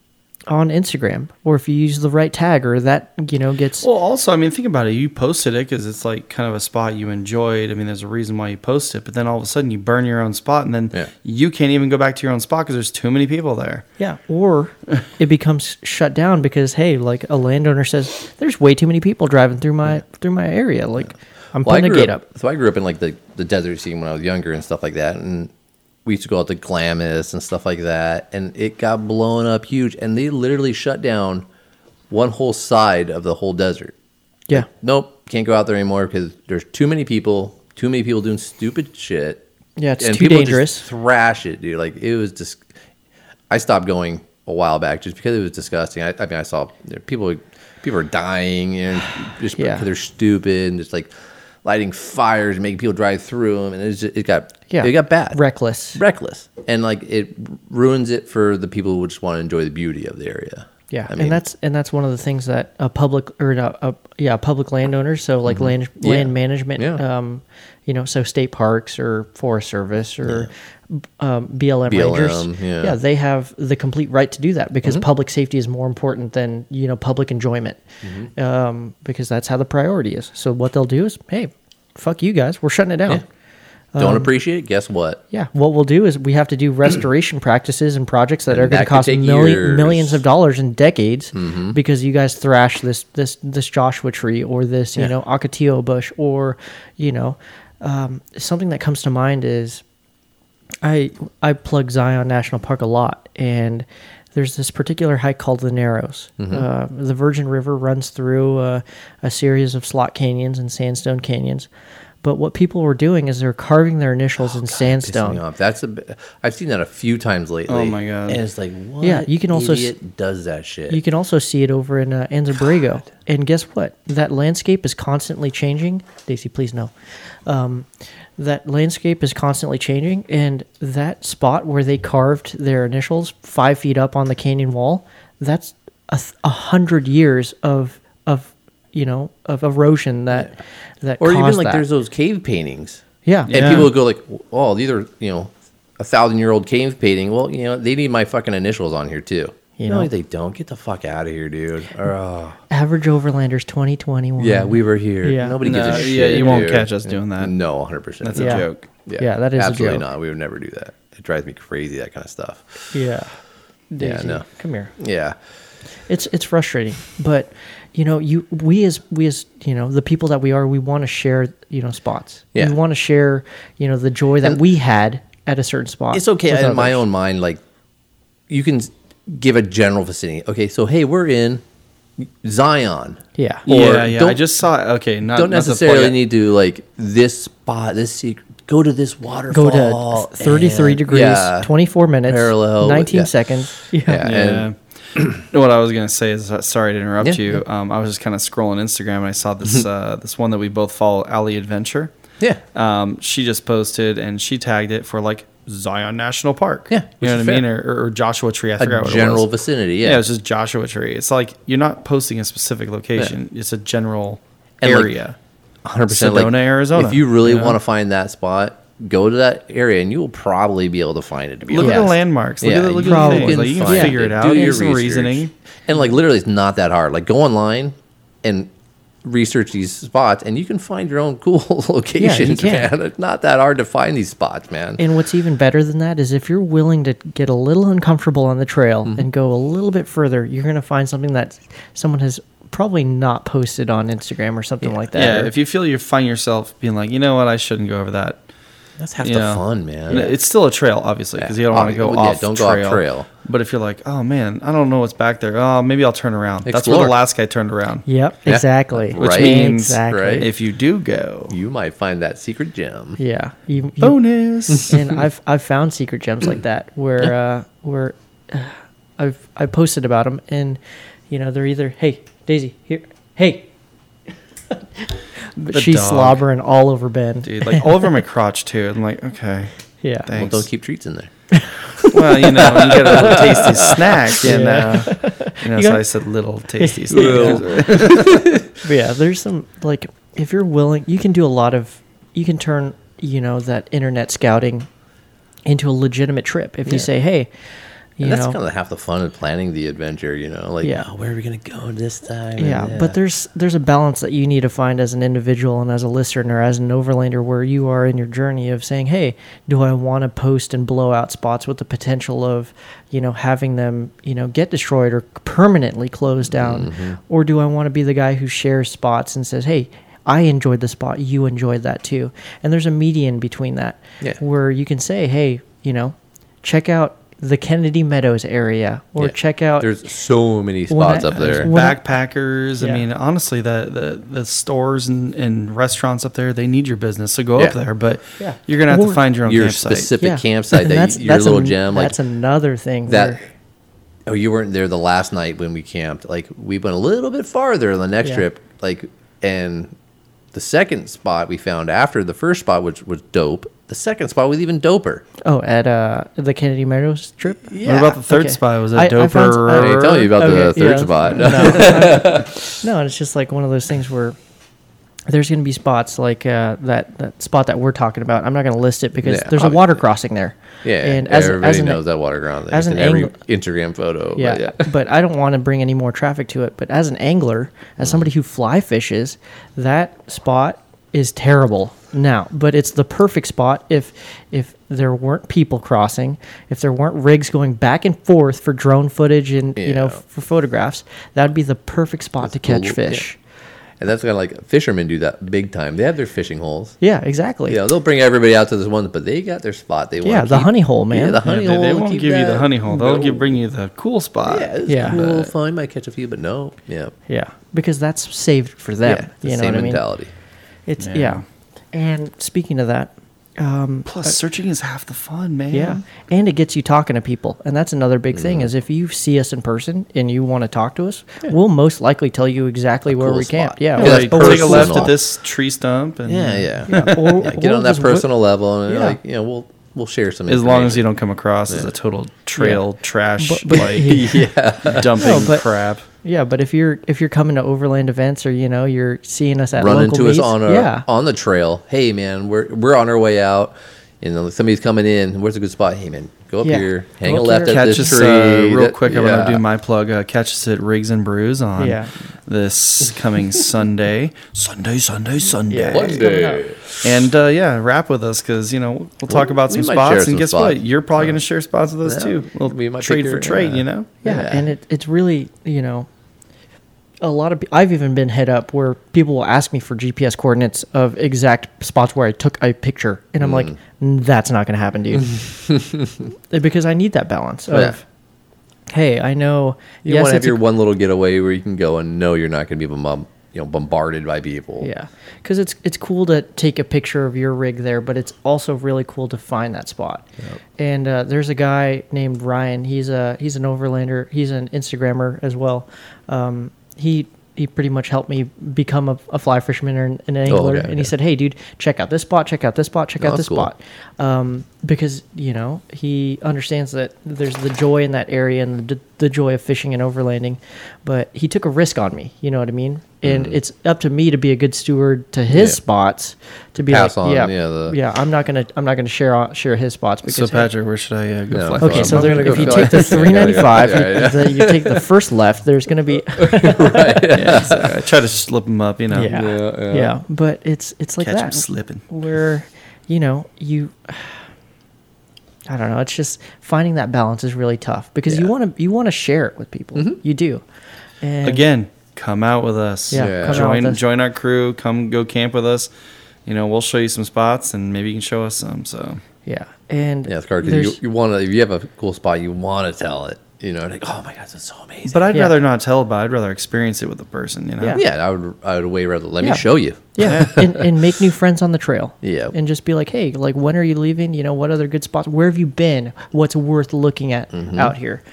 Speaker 1: on Instagram, or if you use the right tag, or that, you know, gets.
Speaker 3: Well, also, I mean, think about it. You posted it because it's like kind of a spot you enjoyed. I mean, there's a reason why you post it, but then all of a sudden you burn your own spot, and then
Speaker 2: Yeah.
Speaker 3: you can't even go back to your own spot because there's too many people there.
Speaker 1: Yeah, or it becomes shut down because hey, like a landowner says, there's way too many people driving through my through my area. Like I'm
Speaker 2: Well, I
Speaker 1: putting a
Speaker 2: grew
Speaker 1: gate up.
Speaker 2: So I grew up in like the, the desert scene when I was younger and stuff like that. And we used to go out to Glamis and stuff like that. And it got blown up huge. And they literally shut down one whole side of the whole desert.
Speaker 1: Yeah,
Speaker 2: Nope. Can't go out there anymore because there's too many people, too many people doing stupid shit.
Speaker 1: Yeah, it's
Speaker 2: and
Speaker 1: too
Speaker 2: people
Speaker 1: dangerous.
Speaker 2: Just thrash it, dude. Like it was just. I stopped going a while back just because it was disgusting. I, I mean, I saw you know, people people are dying, you know, just
Speaker 1: Yeah.
Speaker 2: because they're stupid and just like lighting fires, making people drive through them, and it, just, it got
Speaker 1: Yeah.
Speaker 2: it got bad,
Speaker 1: Reckless.
Speaker 2: reckless, and like it ruins it for the people who just want to enjoy the beauty of the area.
Speaker 1: Yeah,
Speaker 2: I mean,
Speaker 1: and that's and that's one of the things that a public or a, a yeah a public landowner, so like land
Speaker 2: Mm-hmm. Yeah.
Speaker 1: land management,
Speaker 2: Yeah.
Speaker 1: um, you know, so state parks or Forest Service or um, BLM,
Speaker 2: BLM,
Speaker 1: Rangers,
Speaker 2: yeah. Mm-hmm.
Speaker 1: they have the complete right to do that because public safety is more important than you know public enjoyment,
Speaker 2: Mm-hmm.
Speaker 1: um, because that's how the priority is. So what they'll do is, hey, fuck you guys, we're shutting it down.
Speaker 2: Yeah.
Speaker 1: um,
Speaker 2: don't appreciate. it, Guess what?
Speaker 1: Yeah, what we'll do is we have to do restoration practices and projects that are going
Speaker 2: that
Speaker 1: to
Speaker 2: could
Speaker 1: cost
Speaker 2: take
Speaker 1: million,
Speaker 2: years. Mm-hmm.
Speaker 1: millions of dollars in decades because you guys thrash this this this Joshua tree or this you know Ocotillo bush or you know um, something that comes to mind is I I plug Zion National Park a lot, and there's this particular hike called the Narrows.
Speaker 2: Mm-hmm.
Speaker 1: Uh, the Virgin River runs through uh, a series of slot canyons and sandstone canyons. But what people were doing is they're carving their initials in
Speaker 2: Oh, Pissing me
Speaker 1: sandstone.
Speaker 2: off. That's a. b- I've seen that a few times lately.
Speaker 3: Oh my God.
Speaker 2: And it's like, what?
Speaker 1: Yeah, you can also s-
Speaker 2: idiot does that shit.
Speaker 1: You can also see it over in uh, Anzabrigo. And guess what? That landscape is constantly changing. Daisy, please no. Um, that landscape is constantly changing, and that spot where they carved their initials five feet up on the canyon wall, that's a, th- a hundred years of of you know of erosion that that
Speaker 2: or even
Speaker 1: caused
Speaker 2: like
Speaker 1: that.
Speaker 2: there's those cave paintings.
Speaker 1: yeah
Speaker 2: And
Speaker 3: Yeah.
Speaker 2: people would go like, "Oh, these are you know a thousand year old cave painting." Well, you know they need my fucking initials on here too.
Speaker 1: You
Speaker 2: no,
Speaker 1: know?
Speaker 2: they don't. Get the fuck out of here, dude. Or, oh.
Speaker 1: average overlanders twenty twenty one
Speaker 2: Yeah, we were here.
Speaker 1: Yeah.
Speaker 2: Nobody gives
Speaker 3: No,
Speaker 2: a
Speaker 3: yeah,
Speaker 2: shit.
Speaker 3: you won't
Speaker 2: dude.
Speaker 3: catch us doing that.
Speaker 2: No, one hundred percent.
Speaker 3: That's a
Speaker 1: Yeah.
Speaker 3: joke.
Speaker 1: Yeah, that is a
Speaker 2: absolutely
Speaker 1: joke.
Speaker 2: not. We would never do that. It drives me crazy. That kind of stuff.
Speaker 1: yeah
Speaker 2: Yeah,
Speaker 1: Daisy,
Speaker 2: no.
Speaker 1: come here
Speaker 2: Yeah,
Speaker 1: it's it's frustrating but you know you we as we as you know the people that we are we want to share you know spots
Speaker 2: Yeah.
Speaker 1: we want to share you know the joy that
Speaker 2: And-
Speaker 1: we had at a certain spot
Speaker 2: it's okay.
Speaker 1: with
Speaker 2: In my
Speaker 1: others.
Speaker 2: own mind, like you can s- give a general vicinity. Okay, so hey, we're in Zion.
Speaker 1: yeah
Speaker 2: Or
Speaker 3: yeah, yeah. I
Speaker 2: don't-
Speaker 3: just saw. Okay, not
Speaker 2: Don't
Speaker 3: not the
Speaker 2: necessarily
Speaker 3: plug-
Speaker 2: need to like this spot, this secret. Go to this waterfall.
Speaker 1: go to 33
Speaker 2: and-
Speaker 1: degrees
Speaker 2: Yeah.
Speaker 1: 24 minutes
Speaker 2: Parallel,
Speaker 1: 19
Speaker 2: yeah.
Speaker 1: seconds
Speaker 2: Yeah,
Speaker 3: Yeah.
Speaker 2: and-
Speaker 3: what I was gonna say is uh, sorry to interrupt
Speaker 2: Yeah,
Speaker 3: you. Um, I was just kind of scrolling Instagram and I saw this uh, this one that we both follow, Ali Adventure.
Speaker 2: Yeah.
Speaker 3: Um, she just posted and she tagged it for like Zion National Park.
Speaker 2: Yeah,
Speaker 3: you
Speaker 2: which
Speaker 3: know what
Speaker 2: is
Speaker 3: I mean,
Speaker 2: fair.
Speaker 3: or, or- or Joshua Tree. I forgot
Speaker 2: a
Speaker 3: what
Speaker 2: general
Speaker 3: it was.
Speaker 2: vicinity. Yeah,
Speaker 3: Yeah. it's just Joshua Tree. It's like you're not posting a specific location. It's a general
Speaker 2: And, like,
Speaker 3: area.
Speaker 2: 100%
Speaker 3: Sedona, Arizona,
Speaker 2: If you really
Speaker 3: you know?
Speaker 2: want to find that spot, go to that area, and you will probably be able to find it. To be
Speaker 3: Look
Speaker 2: honest.
Speaker 3: at the landmarks. Look
Speaker 2: Yeah,
Speaker 3: at the, look
Speaker 2: you
Speaker 3: at the
Speaker 1: probably
Speaker 3: things. Like, you can
Speaker 2: find
Speaker 3: figure it out.
Speaker 2: Do
Speaker 3: Do
Speaker 2: your
Speaker 3: some
Speaker 2: research.
Speaker 3: reasoning.
Speaker 2: and like literally, it's not that hard. Like go online and research these spots, and you can find your own cool locations.
Speaker 1: can.
Speaker 2: Man. It's not that hard to find these spots, man.
Speaker 1: and what's even better than that is if you're willing to get a little uncomfortable on the trail
Speaker 2: Mm-hmm.
Speaker 1: and go a little bit further you're going to find something that someone has probably not posted on instagram or something like that
Speaker 3: Yeah,
Speaker 1: or-
Speaker 3: if you feel you find yourself being like, you know what, I shouldn't go over that.
Speaker 2: That's half
Speaker 3: you
Speaker 2: the
Speaker 3: know.
Speaker 2: fun, man.
Speaker 3: And It's still a trail, obviously, because you don't want to go
Speaker 2: obvi- yeah,
Speaker 3: off.
Speaker 2: don't go off
Speaker 3: trail.
Speaker 2: trail.
Speaker 3: But if you're like, oh man, I don't know what's back there. Oh, maybe I'll turn around. That's where
Speaker 2: Explore.
Speaker 3: the last guy turned around.
Speaker 1: Yep,
Speaker 2: Yeah.
Speaker 1: exactly.
Speaker 2: Which
Speaker 3: Which
Speaker 2: Right.
Speaker 3: means
Speaker 1: exactly.
Speaker 2: right.
Speaker 3: if you do go,
Speaker 2: you might find that secret gem.
Speaker 1: Yeah. You, you-
Speaker 3: bonus.
Speaker 1: and I've I've found secret gems like that where uh, where uh, I've I posted about them and you know they're either hey Daisy here hey but
Speaker 3: The
Speaker 1: she's
Speaker 3: dog.
Speaker 1: slobbering all over Ben
Speaker 3: Dude, like all over my crotch too. I'm like, okay.
Speaker 1: yeah
Speaker 2: Well,
Speaker 3: Thanks.
Speaker 2: don't keep treats in there.
Speaker 3: Well, you know, you get a little tasty snack, and
Speaker 1: Yeah.
Speaker 3: uh, you know,
Speaker 1: You
Speaker 3: so
Speaker 1: got-
Speaker 3: I said little tasty
Speaker 2: Little.
Speaker 3: snack.
Speaker 1: But yeah there's some like if you're willing you can do a lot of you can turn you know that internet scouting into a legitimate trip if you say hey you
Speaker 2: And that's
Speaker 1: know
Speaker 2: kind of half the fun of planning the adventure, you know. Like,
Speaker 1: Yeah.
Speaker 2: oh, where are we gonna go this time? And, uh,
Speaker 1: yeah, but there's there's a balance that you need to find as an individual and as a listener, as an overlander, where you are in your journey of saying, "Hey, do I want to post and blow out spots with the potential of, you know, having them, you know, get destroyed or permanently closed down,
Speaker 2: Mm-hmm.
Speaker 1: or do I want to be the guy who shares spots and says, "Hey, I enjoyed the spot, you enjoyed that too," and there's a median between that,
Speaker 2: Yeah.
Speaker 1: where you can say, "Hey, you know, check out." The Kennedy Meadows area, or
Speaker 2: Yeah.
Speaker 1: check out
Speaker 2: There's so many
Speaker 1: When I-
Speaker 2: spots up there.
Speaker 1: When I-
Speaker 3: Backpackers.
Speaker 1: Yeah.
Speaker 3: I mean, honestly, the the, the stores and, and restaurants up there, they need your business. So go up
Speaker 2: Yeah.
Speaker 3: there, but
Speaker 1: Yeah.
Speaker 3: you're gonna have
Speaker 1: Or-
Speaker 3: to find your own
Speaker 2: your
Speaker 3: campsite.
Speaker 2: specific campsite,
Speaker 1: And
Speaker 2: that y- your little
Speaker 1: an-
Speaker 2: gem, like
Speaker 1: that's another thing.
Speaker 2: that.
Speaker 1: where-
Speaker 2: Oh, you weren't there the last night when we camped. Like we went a little bit farther on the next
Speaker 1: Yeah.
Speaker 2: trip, like and The second spot we found after the first spot, which was dope. The second spot was even doper.
Speaker 1: Oh, at uh, the Kennedy Meadows trip.
Speaker 2: Yeah.
Speaker 3: What about the third
Speaker 1: Okay.
Speaker 3: spot? Was
Speaker 1: I- I
Speaker 3: that
Speaker 1: found- I
Speaker 2: I didn't
Speaker 3: doper?
Speaker 2: tell you about the
Speaker 1: Okay,
Speaker 2: third
Speaker 1: yeah.
Speaker 2: spot.
Speaker 1: No, and it's just like one of those things where there's going to be spots like uh, that that spot that we're talking about. I'm not going to list it because
Speaker 2: Yeah,
Speaker 1: there's a
Speaker 2: obviously.
Speaker 1: water crossing there.
Speaker 2: yeah,
Speaker 1: and
Speaker 2: and
Speaker 1: as,
Speaker 2: everybody
Speaker 1: as an,
Speaker 2: knows that water ground.
Speaker 1: as
Speaker 2: As
Speaker 1: an
Speaker 2: in every
Speaker 1: angl-
Speaker 2: Instagram photo.
Speaker 1: yeah,
Speaker 2: but yeah.
Speaker 1: but I don't want to bring any more traffic to it. But as an angler, as
Speaker 2: Mm-hmm.
Speaker 1: somebody who fly fishes, that spot is terrible now. But it's the perfect spot if if there weren't people crossing, if there weren't rigs going back and forth for drone footage and you know
Speaker 2: Yeah.
Speaker 1: for photographs, that'd be the perfect spot to catch
Speaker 2: cool, yeah.
Speaker 1: fish.
Speaker 2: And that's kind of like fishermen do that big time. They have their fishing holes.
Speaker 1: Yeah, exactly.
Speaker 2: You know, they'll bring everybody out to this one, but they got their spot. They want
Speaker 1: Yeah, the honey hole, man.
Speaker 2: Yeah, the honey
Speaker 3: They,
Speaker 2: hole.
Speaker 3: they won't
Speaker 2: keep
Speaker 3: give you the
Speaker 2: that.
Speaker 3: honey hole. They'll
Speaker 2: No.
Speaker 3: give, bring you the cool spot.
Speaker 2: Yeah, it's
Speaker 1: Yeah.
Speaker 2: cool.
Speaker 1: But-
Speaker 2: Fine, might catch a few, but no. Yeah,
Speaker 1: Yeah, because that's saved for them.
Speaker 2: yeah. The
Speaker 1: you know
Speaker 2: same
Speaker 1: what I mean?
Speaker 2: mentality.
Speaker 1: It's yeah.
Speaker 3: Yeah.
Speaker 1: And speaking of that, um,
Speaker 3: Plus, searching is half the fun, man.
Speaker 1: yeah, and it gets you talking to people, and that's another big thing is if you see us in person and you want to talk to us, we'll most likely tell you exactly where
Speaker 2: cool
Speaker 1: we
Speaker 2: spot.
Speaker 1: camped. Yeah,
Speaker 2: Yeah,
Speaker 1: or-
Speaker 3: Like,
Speaker 2: that's
Speaker 3: take a left
Speaker 2: personal.
Speaker 3: at this tree stump, and
Speaker 2: Yeah, yeah.
Speaker 1: yeah, or-
Speaker 2: Yeah, get
Speaker 1: we'll
Speaker 2: on that
Speaker 1: just whip-
Speaker 2: personal level, and
Speaker 1: Yeah.
Speaker 2: like you know, we'll we'll share some.
Speaker 3: as long as you
Speaker 2: information.
Speaker 3: don't come across as a total trail trash
Speaker 1: But- but-
Speaker 3: like
Speaker 2: yeah,
Speaker 3: dumping
Speaker 1: No, but-
Speaker 3: crap.
Speaker 1: Yeah, but if you're if you're coming to Overland events or you know you're seeing us at
Speaker 2: run
Speaker 1: local
Speaker 2: into us
Speaker 1: meets,
Speaker 2: on our
Speaker 1: yeah,
Speaker 2: on the trail. Hey, man, we're we're on our way out. You know, somebody's coming in. Where's a good spot? Hey, man, go up
Speaker 1: Yeah.
Speaker 2: here,
Speaker 1: Go
Speaker 2: hang a
Speaker 1: up
Speaker 2: left
Speaker 1: here.
Speaker 2: at
Speaker 3: Catch
Speaker 2: this
Speaker 3: us
Speaker 2: tree.
Speaker 3: uh, real
Speaker 2: that-
Speaker 3: quick. I'm gonna
Speaker 2: yeah.
Speaker 3: do my plug. Uh, catch us at Rigs and Brews on
Speaker 1: Yeah.
Speaker 3: this coming Sunday, Sunday, Sunday, Sunday,
Speaker 1: What?
Speaker 2: Monday.
Speaker 3: and uh, yeah, rap with us because you know we'll talk about
Speaker 2: we
Speaker 3: some
Speaker 2: might share
Speaker 3: spots.
Speaker 2: some
Speaker 3: And guess
Speaker 2: spots.
Speaker 3: what? You're probably gonna share spots with us
Speaker 2: Yeah.
Speaker 3: too. We'll
Speaker 2: We might pick
Speaker 3: trade for
Speaker 2: your-
Speaker 3: trade.
Speaker 2: yeah.
Speaker 3: You know,
Speaker 1: yeah,
Speaker 2: Yeah.
Speaker 1: and it, it's really you know a lot of pe- i've even been hit up where people will ask me for gps coordinates of exact spots where i took a picture and i'm like "Mm, that's not going to happen dude Eh, because i need that balance of
Speaker 2: Yeah.
Speaker 1: hey i know
Speaker 2: You
Speaker 1: yes
Speaker 2: want to have
Speaker 1: it's a-
Speaker 2: your one little getaway where you can go and know you're not going to be bom- you know bombarded by people.
Speaker 1: yeah because it's it's cool to take a picture of your rig there but it's also really cool to find that spot and uh, there's a guy named ryan he's a he's an overlander he's an instagrammer as well um, he he pretty much helped me become a, a fly fisherman or an, an angler
Speaker 2: Oh, okay,
Speaker 1: and he
Speaker 2: okay.
Speaker 1: said hey dude check out this spot check out this spot check
Speaker 2: Oh,
Speaker 1: out this
Speaker 2: that's cool.
Speaker 1: spot um, because you know he understands that there's the joy in that area and the, the joy of fishing and overlanding but he took a risk on me you know what i mean and it's up to me to be a good steward to his
Speaker 2: Mm. Yeah.
Speaker 1: spots to be
Speaker 2: Pass
Speaker 1: like,
Speaker 2: on,
Speaker 1: yeah
Speaker 2: yeah, the-
Speaker 1: yeah i'm not gonna i'm not gonna share on- share his spots because
Speaker 3: so
Speaker 1: hey,
Speaker 3: Patrick, where should I uh, go?
Speaker 2: No.
Speaker 3: fly
Speaker 1: Okay,
Speaker 3: fishing?
Speaker 1: so
Speaker 2: I'm
Speaker 1: there,
Speaker 2: gonna go
Speaker 1: if you
Speaker 2: fly
Speaker 1: take the
Speaker 2: fishing.
Speaker 1: three ninety five,
Speaker 2: Yeah, yeah, yeah.
Speaker 1: you take the first left. There's going to be
Speaker 3: I try to slip them up. You know,
Speaker 1: yeah, yeah,
Speaker 2: yeah.
Speaker 1: But it's it's like
Speaker 3: catch them
Speaker 1: that
Speaker 3: slipping.
Speaker 1: where you know you. I don't know. It's just finding that balance is really tough because you
Speaker 2: Yeah. Mm-hmm.
Speaker 1: want to you want to share it with people. You do. And
Speaker 3: again, come out with us.
Speaker 1: Yeah,
Speaker 2: Yeah. come out
Speaker 3: join
Speaker 1: with us.
Speaker 3: join our crew. Come go camp with us. You know, we'll show you some spots, and maybe you can show us some. So
Speaker 1: yeah, and
Speaker 2: yeah, it's hard because you,
Speaker 1: there's-
Speaker 2: you want to. If you have a cool spot, you want to tell it. You know, like oh my god, that's so amazing.
Speaker 3: But I'd
Speaker 1: Yeah.
Speaker 3: rather not tell about. it. I'd rather experience it with the person. You know.
Speaker 1: Yeah.
Speaker 2: yeah, I would. I would way rather let
Speaker 1: Yeah.
Speaker 2: me show you.
Speaker 1: yeah, and, and make new friends on the trail.
Speaker 2: Yeah.
Speaker 1: and just be like, hey, like when are you leaving? You know, what other good spots? Where have you been? What's worth looking at
Speaker 2: Mm-hmm.
Speaker 1: out here?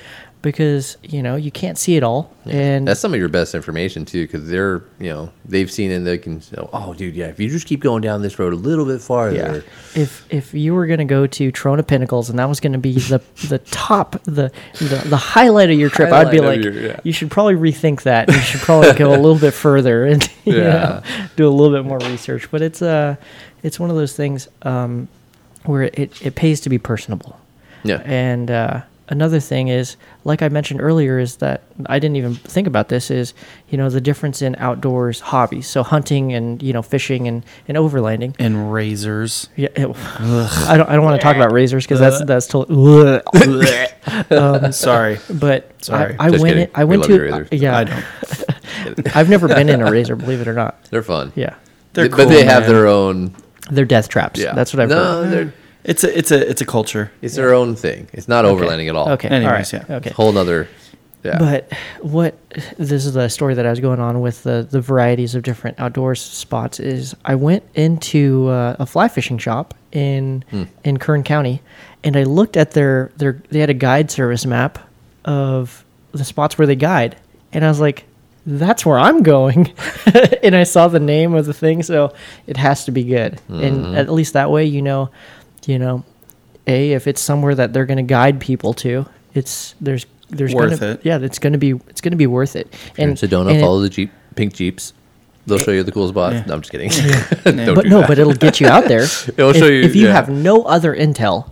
Speaker 1: Because you know you can't see it all, and
Speaker 2: That's some of your best information too, because they're you know they've seen it. and They can say, oh dude, yeah. If you just keep going down this road a little bit farther,
Speaker 1: If if you were gonna go to Trona Pinnacles and that was gonna be the the top the the, the highlight of your trip, I'd be
Speaker 2: Highlight
Speaker 1: like,
Speaker 2: of your- yeah.
Speaker 1: you should probably rethink that. You should probably go a little bit further and you know,
Speaker 2: Yeah.
Speaker 1: do a little bit more research. But it's uh it's one of those things um, where it, it pays to be personable.
Speaker 2: yeah,
Speaker 1: And uh, another thing is, like I mentioned earlier, is that I didn't even think about this. Is you know the difference in outdoors hobbies, so hunting and you know fishing and and overlanding.
Speaker 3: And razors.
Speaker 1: Yeah, it- I don't. I don't want to talk about razors because that's that's totally.
Speaker 3: Sorry,
Speaker 1: but
Speaker 3: Sorry.
Speaker 1: I, I went.
Speaker 2: Just kidding.
Speaker 1: in- I
Speaker 2: We
Speaker 1: went
Speaker 2: love
Speaker 1: to. uh,
Speaker 2: your razors.
Speaker 1: yeah,
Speaker 3: I don't.
Speaker 1: I've never been in a razor, believe it or not.
Speaker 2: they're fun.
Speaker 1: Yeah,
Speaker 3: They're
Speaker 2: Th-
Speaker 3: cool,
Speaker 2: but they have
Speaker 3: man.
Speaker 2: their own.
Speaker 1: they're death traps.
Speaker 2: Yeah,
Speaker 1: that's what I've
Speaker 2: no,
Speaker 1: heard.
Speaker 2: they're-
Speaker 3: It's a it's a it's a culture.
Speaker 2: It's their own thing. It's not overlanding at all.
Speaker 1: Okay.
Speaker 3: Anyways,
Speaker 1: all right.
Speaker 3: yeah.
Speaker 1: Okay.
Speaker 2: whole nother. Yeah,
Speaker 1: But what this is the story that I was going on with the the varieties of different outdoors spots is I went into uh, a fly fishing shop in
Speaker 3: Hmm.
Speaker 1: in Kern County, and I looked at their their they had a guide service map of the spots where they guide, and I was like, that's where I'm going. and I saw the name of the thing, so it has to be good.
Speaker 3: Mm-hmm.
Speaker 1: And at least that way, you know, you know, a if it's somewhere that they're going to guide people to, it's there's there's
Speaker 3: Worth
Speaker 1: gonna,
Speaker 3: it.
Speaker 1: Yeah, it's going to be it's going to be worth it.
Speaker 2: And Sedona,
Speaker 1: and it-
Speaker 2: follow the Jeep, pink Jeeps. They'll show you the cool spots.
Speaker 3: Yeah.
Speaker 2: No, I'm just kidding.
Speaker 3: Yeah.
Speaker 2: Don't
Speaker 1: but
Speaker 2: do
Speaker 1: no,
Speaker 2: that.
Speaker 1: but it'll get you out there.
Speaker 2: It'll
Speaker 1: if,
Speaker 2: show you-
Speaker 1: if you
Speaker 2: yeah. Hmm.
Speaker 1: have no other intel.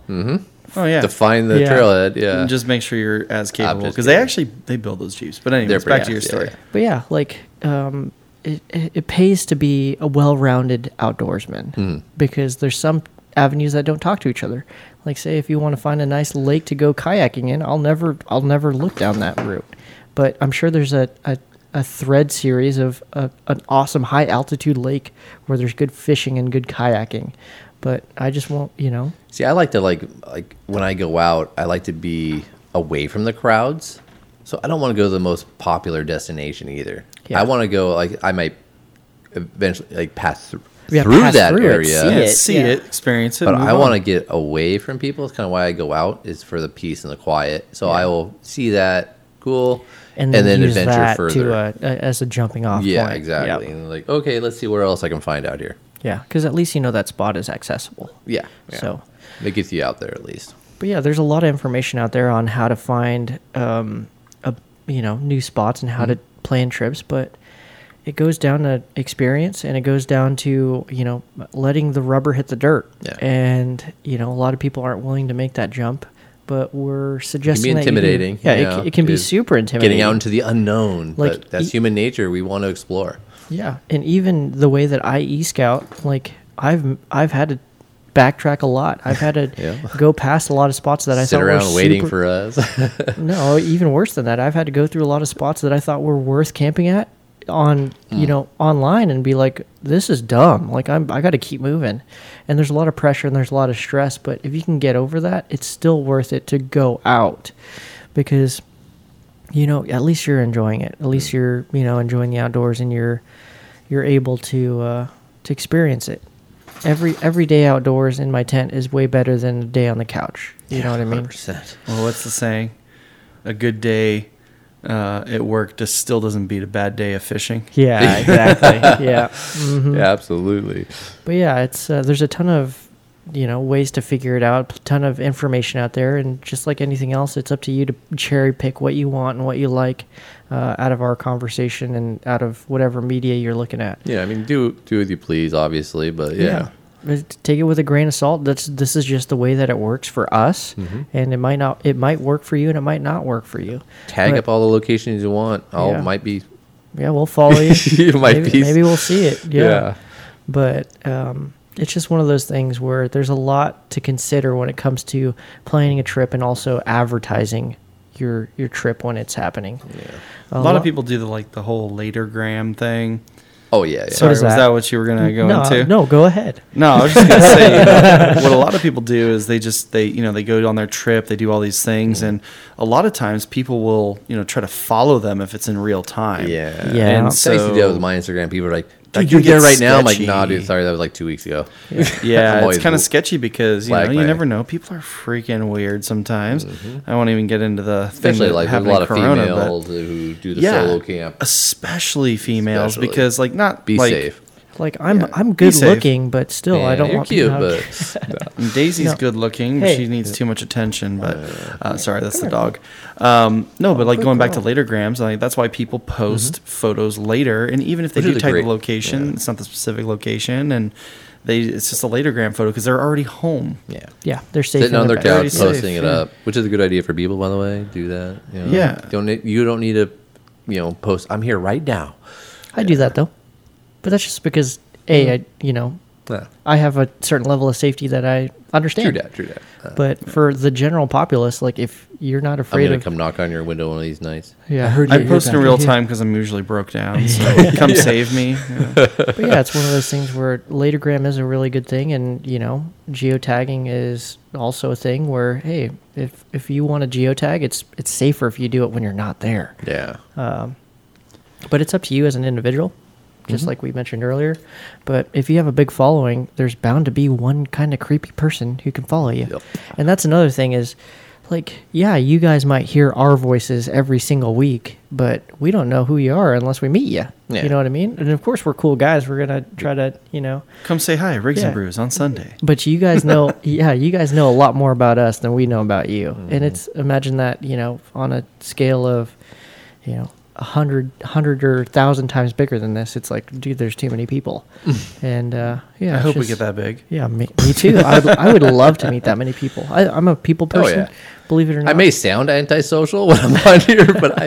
Speaker 3: Oh yeah.
Speaker 2: Define the
Speaker 1: Yeah.
Speaker 2: trailhead. Yeah.
Speaker 3: And just make sure you're as capable
Speaker 2: just
Speaker 3: because they
Speaker 2: kidding.
Speaker 3: actually they build those jeeps. But
Speaker 2: They're
Speaker 3: anyways,
Speaker 2: pretty
Speaker 3: back to your
Speaker 2: fast,
Speaker 3: story.
Speaker 2: yeah,
Speaker 1: But yeah, like um, it, it it pays to be a well-rounded outdoorsman
Speaker 2: Hmm.
Speaker 1: because there's some avenues that don't talk to each other. Like say if you want to find a nice lake to go kayaking in, I'll never I'll never look down that route. But I'm sure there's a, a, a thread series of a, an awesome high altitude lake where there's good fishing and good kayaking. But I just won't, you know.
Speaker 2: See, I like to like like when I go out, I like to be away from the crowds. So I don't want to go to the most popular destination either.
Speaker 1: Yeah.
Speaker 2: I want to go like I might eventually like pass thr-
Speaker 1: Yeah,
Speaker 2: through
Speaker 1: pass
Speaker 2: that
Speaker 1: through it,
Speaker 2: area.
Speaker 1: see
Speaker 3: Yeah,
Speaker 1: it,
Speaker 3: see
Speaker 1: yeah.
Speaker 3: it, experience it.
Speaker 2: But
Speaker 3: move
Speaker 2: I
Speaker 3: on.
Speaker 2: want to get away from people. It's kind of why I go out is for the peace and the quiet. So I will see that cool
Speaker 1: And then, use that to uh, a- as a jumping off
Speaker 2: yeah,
Speaker 1: point.
Speaker 2: exactly.
Speaker 1: Yeah,
Speaker 2: And like, okay, let's see where else I can find out here.
Speaker 1: yeah, because at least you know that spot is accessible.
Speaker 2: Yeah. yeah.
Speaker 1: So
Speaker 2: it gets you out there at least.
Speaker 1: But yeah, there's a lot of information out there on how to find, um, a, you know, new spots and how to
Speaker 2: Mm-hmm.
Speaker 1: plan trips. But it goes down to experience, and it goes down to you know letting the rubber hit the dirt.
Speaker 2: Yeah.
Speaker 1: And you know, a lot of people aren't willing to make that jump, but we're suggesting that you do.
Speaker 2: intimidating, you
Speaker 1: yeah, it,
Speaker 2: know,
Speaker 1: c- it can be
Speaker 2: is
Speaker 1: super intimidating.
Speaker 2: Getting out into the unknown.
Speaker 1: Like,
Speaker 2: but that's
Speaker 1: e-
Speaker 2: human nature. We want to explore.
Speaker 1: Yeah, and even the way that I e scout, like I've I've had to backtrack a lot. I've had to
Speaker 2: Yeah.
Speaker 1: go past a lot of spots that I
Speaker 2: Sit
Speaker 1: thought
Speaker 2: around
Speaker 1: were
Speaker 2: waiting
Speaker 1: super,
Speaker 2: for us.
Speaker 1: No, even worse than that. I've had to go through a lot of spots that I thought were worth camping at on you know online and be like this is dumb like i'm i got to keep moving and there's a lot of pressure and there's a lot of stress but if you can get over that it's still worth it to go out because you know at least you're enjoying it at least you're you know enjoying the outdoors and you're you're able to uh to experience it every every day outdoors in my tent is way better than a day on the couch you know what i mean
Speaker 2: 100%.
Speaker 3: Well, what's the saying? A good day uh, at work just still doesn't beat a bad day of fishing.
Speaker 1: yeah exactly yeah Mm-hmm.
Speaker 2: Yeah, absolutely.
Speaker 1: But yeah, it's uh, there's a ton of you know ways to figure it out, a ton of information out there, and just like anything else, it's up to you to cherry pick what you want and what you like uh, out of our conversation and out of whatever media you're looking at.
Speaker 2: Yeah, I mean, do do with you please, obviously, but yeah.
Speaker 1: But Take it with a grain of salt. That's this is just the way that it works for us,
Speaker 2: Mm-hmm.
Speaker 1: and it might not. It might work for you, and it might not work for you.
Speaker 2: Tag
Speaker 1: But,
Speaker 2: up all the locations you want. All
Speaker 1: Yeah.
Speaker 2: might be.
Speaker 1: Yeah, we'll follow you.
Speaker 2: it might
Speaker 1: maybe,
Speaker 2: be.
Speaker 1: maybe we'll see it.
Speaker 2: Yeah.
Speaker 1: Yeah. But um, it's just one of those things where there's a lot to consider when it comes to planning a trip and also advertising your your trip when it's happening.
Speaker 3: A lot of people do the like the whole later gram thing.
Speaker 2: Oh yeah. yeah.
Speaker 3: Sorry,
Speaker 1: is
Speaker 3: was
Speaker 1: that?
Speaker 3: that what you were gonna go
Speaker 1: no,
Speaker 3: into?
Speaker 1: no, go ahead.
Speaker 3: No, I was just gonna say you know, what a lot of people do is they just they you know they go on their trip, they do all these
Speaker 2: Mm-hmm.
Speaker 3: things, and a lot of times people will you know try to follow them if it's in real time.
Speaker 2: Yeah.
Speaker 1: Yeah.
Speaker 3: and
Speaker 2: So, I used to do that with
Speaker 3: so
Speaker 2: my Instagram. People are like,
Speaker 3: Dude,
Speaker 2: "Dude,
Speaker 3: you
Speaker 2: you're there right
Speaker 3: get
Speaker 2: now." I'm like,
Speaker 3: sketchy.
Speaker 2: "Nah, dude. Sorry, that was like two weeks ago." I'm
Speaker 3: yeah,
Speaker 2: always
Speaker 3: it's kind
Speaker 2: w-
Speaker 3: of sketchy because you know
Speaker 2: flagged
Speaker 3: you
Speaker 2: by-
Speaker 3: never know. People are freaking weird sometimes. I won't even get into the thing
Speaker 2: Mm-hmm. Especially
Speaker 3: that
Speaker 2: like there's a
Speaker 3: happened in
Speaker 2: lot of
Speaker 3: Corona, but-
Speaker 2: females who do the solo camp.
Speaker 3: Especially females,
Speaker 2: Especially.
Speaker 3: because like not
Speaker 2: Be
Speaker 3: like,
Speaker 2: safe.
Speaker 1: Like I'm
Speaker 3: Yeah.
Speaker 1: I'm
Speaker 3: Be
Speaker 1: good
Speaker 3: safe.
Speaker 1: looking, but still I
Speaker 2: Yeah,
Speaker 1: don't
Speaker 2: you're
Speaker 1: want
Speaker 2: cute,
Speaker 1: no,
Speaker 2: but
Speaker 3: Daisy's
Speaker 1: No.
Speaker 3: good looking.
Speaker 1: Hey.
Speaker 3: She needs too much attention, but uh, sorry, that's the dog. Um, no, but like going back to later grams, like that's why people post photos later, and even if they
Speaker 2: Which is
Speaker 3: do
Speaker 2: a
Speaker 3: type
Speaker 2: great-
Speaker 3: the location, it's not the specific location, and they it's just a later gram photo because they're already home.
Speaker 2: yeah.
Speaker 1: yeah, they're safe.
Speaker 2: Sitting
Speaker 1: in
Speaker 2: on their
Speaker 1: bed.
Speaker 3: They're
Speaker 2: couch,
Speaker 3: already safe,
Speaker 2: posting it
Speaker 3: yeah.
Speaker 2: up, which is a good idea for people, by the way. Do that. you know.
Speaker 3: Yeah.
Speaker 2: Don't need- you don't need to, you know, post. I'm here right now.
Speaker 1: I do that though, but that's just because a I, you know
Speaker 2: Yeah.
Speaker 1: I have a certain level of safety that I
Speaker 2: True
Speaker 1: understand.
Speaker 2: that. True that. Uh,
Speaker 1: But for the general populace, like if you're not
Speaker 2: I'm
Speaker 1: afraid
Speaker 2: gonna
Speaker 1: of
Speaker 2: come knock on your window one of these nights.
Speaker 1: Yeah, I heard
Speaker 3: I post in real time because I'm usually broke down. So come save me. Yeah.
Speaker 1: But yeah, it's one of those things where Latergram is a really good thing, and you know, geotagging is also a thing where hey, if if you want to geotag, it's it's safer if you do it when you're not there.
Speaker 2: Yeah.
Speaker 1: Uh, But it's up to you as an individual, just
Speaker 2: Mm-hmm.
Speaker 1: like we mentioned earlier. But if you have a big following, there's bound to be one kind of creepy person who can follow you,
Speaker 2: Yep.
Speaker 1: and that's another thing is like yeah you guys might hear our voices every single week but we don't know who you are unless we meet you
Speaker 2: Yeah.
Speaker 1: you know what i mean and of course we're cool guys we're gonna try to you know
Speaker 3: Come say hi, Rigs
Speaker 1: Yeah.
Speaker 3: and Brews on Sunday.
Speaker 1: but you guys know yeah you guys know a lot more about us than we know about you
Speaker 2: Mm-hmm.
Speaker 1: and it's imagine that you know on a scale of you know a hundred hundred or thousand times bigger than this it's like dude there's too many people and uh yeah
Speaker 3: I
Speaker 1: it's
Speaker 3: hope we
Speaker 1: just-
Speaker 3: get that big.
Speaker 1: yeah, me, me too. I, would- I would love to meet that many people. I, I'm a people
Speaker 2: Oh,
Speaker 1: person,
Speaker 2: yeah.
Speaker 1: believe it or not.
Speaker 2: I may sound antisocial when I'm on here, but I,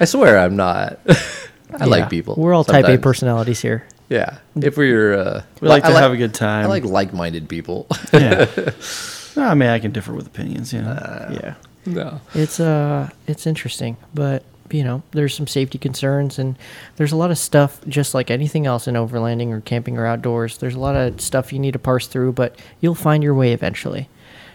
Speaker 2: I swear I'm not. I
Speaker 1: Yeah.
Speaker 2: like people.
Speaker 1: We're all type A
Speaker 2: sometimes.
Speaker 1: personalities here.
Speaker 2: Yeah. If we're, uh,
Speaker 3: We like
Speaker 2: I
Speaker 3: to have a good time.
Speaker 2: I like like-minded people.
Speaker 3: Yeah. no, I mean, I can differ with opinions. Yeah.
Speaker 1: yeah,
Speaker 2: no.
Speaker 1: it's uh, it's interesting, but you know, there's some safety concerns, and there's a lot of stuff, just like anything else in overlanding or camping or outdoors. There's a lot of stuff you need to parse through, but you'll find your way eventually.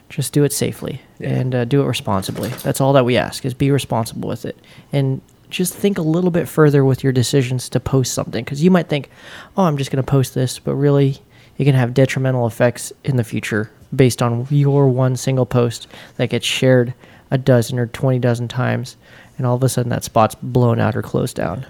Speaker 1: Just do it safely
Speaker 2: Yeah.
Speaker 1: and uh, do it responsibly. That's all that we ask: is be responsible with it and. Just think a little bit further with your decisions to post something because you might think, oh, I'm just going to post this, but really it can have detrimental effects in the future based on your one single post that gets shared a dozen or 20 dozen times and all of a sudden that spot's blown out or closed down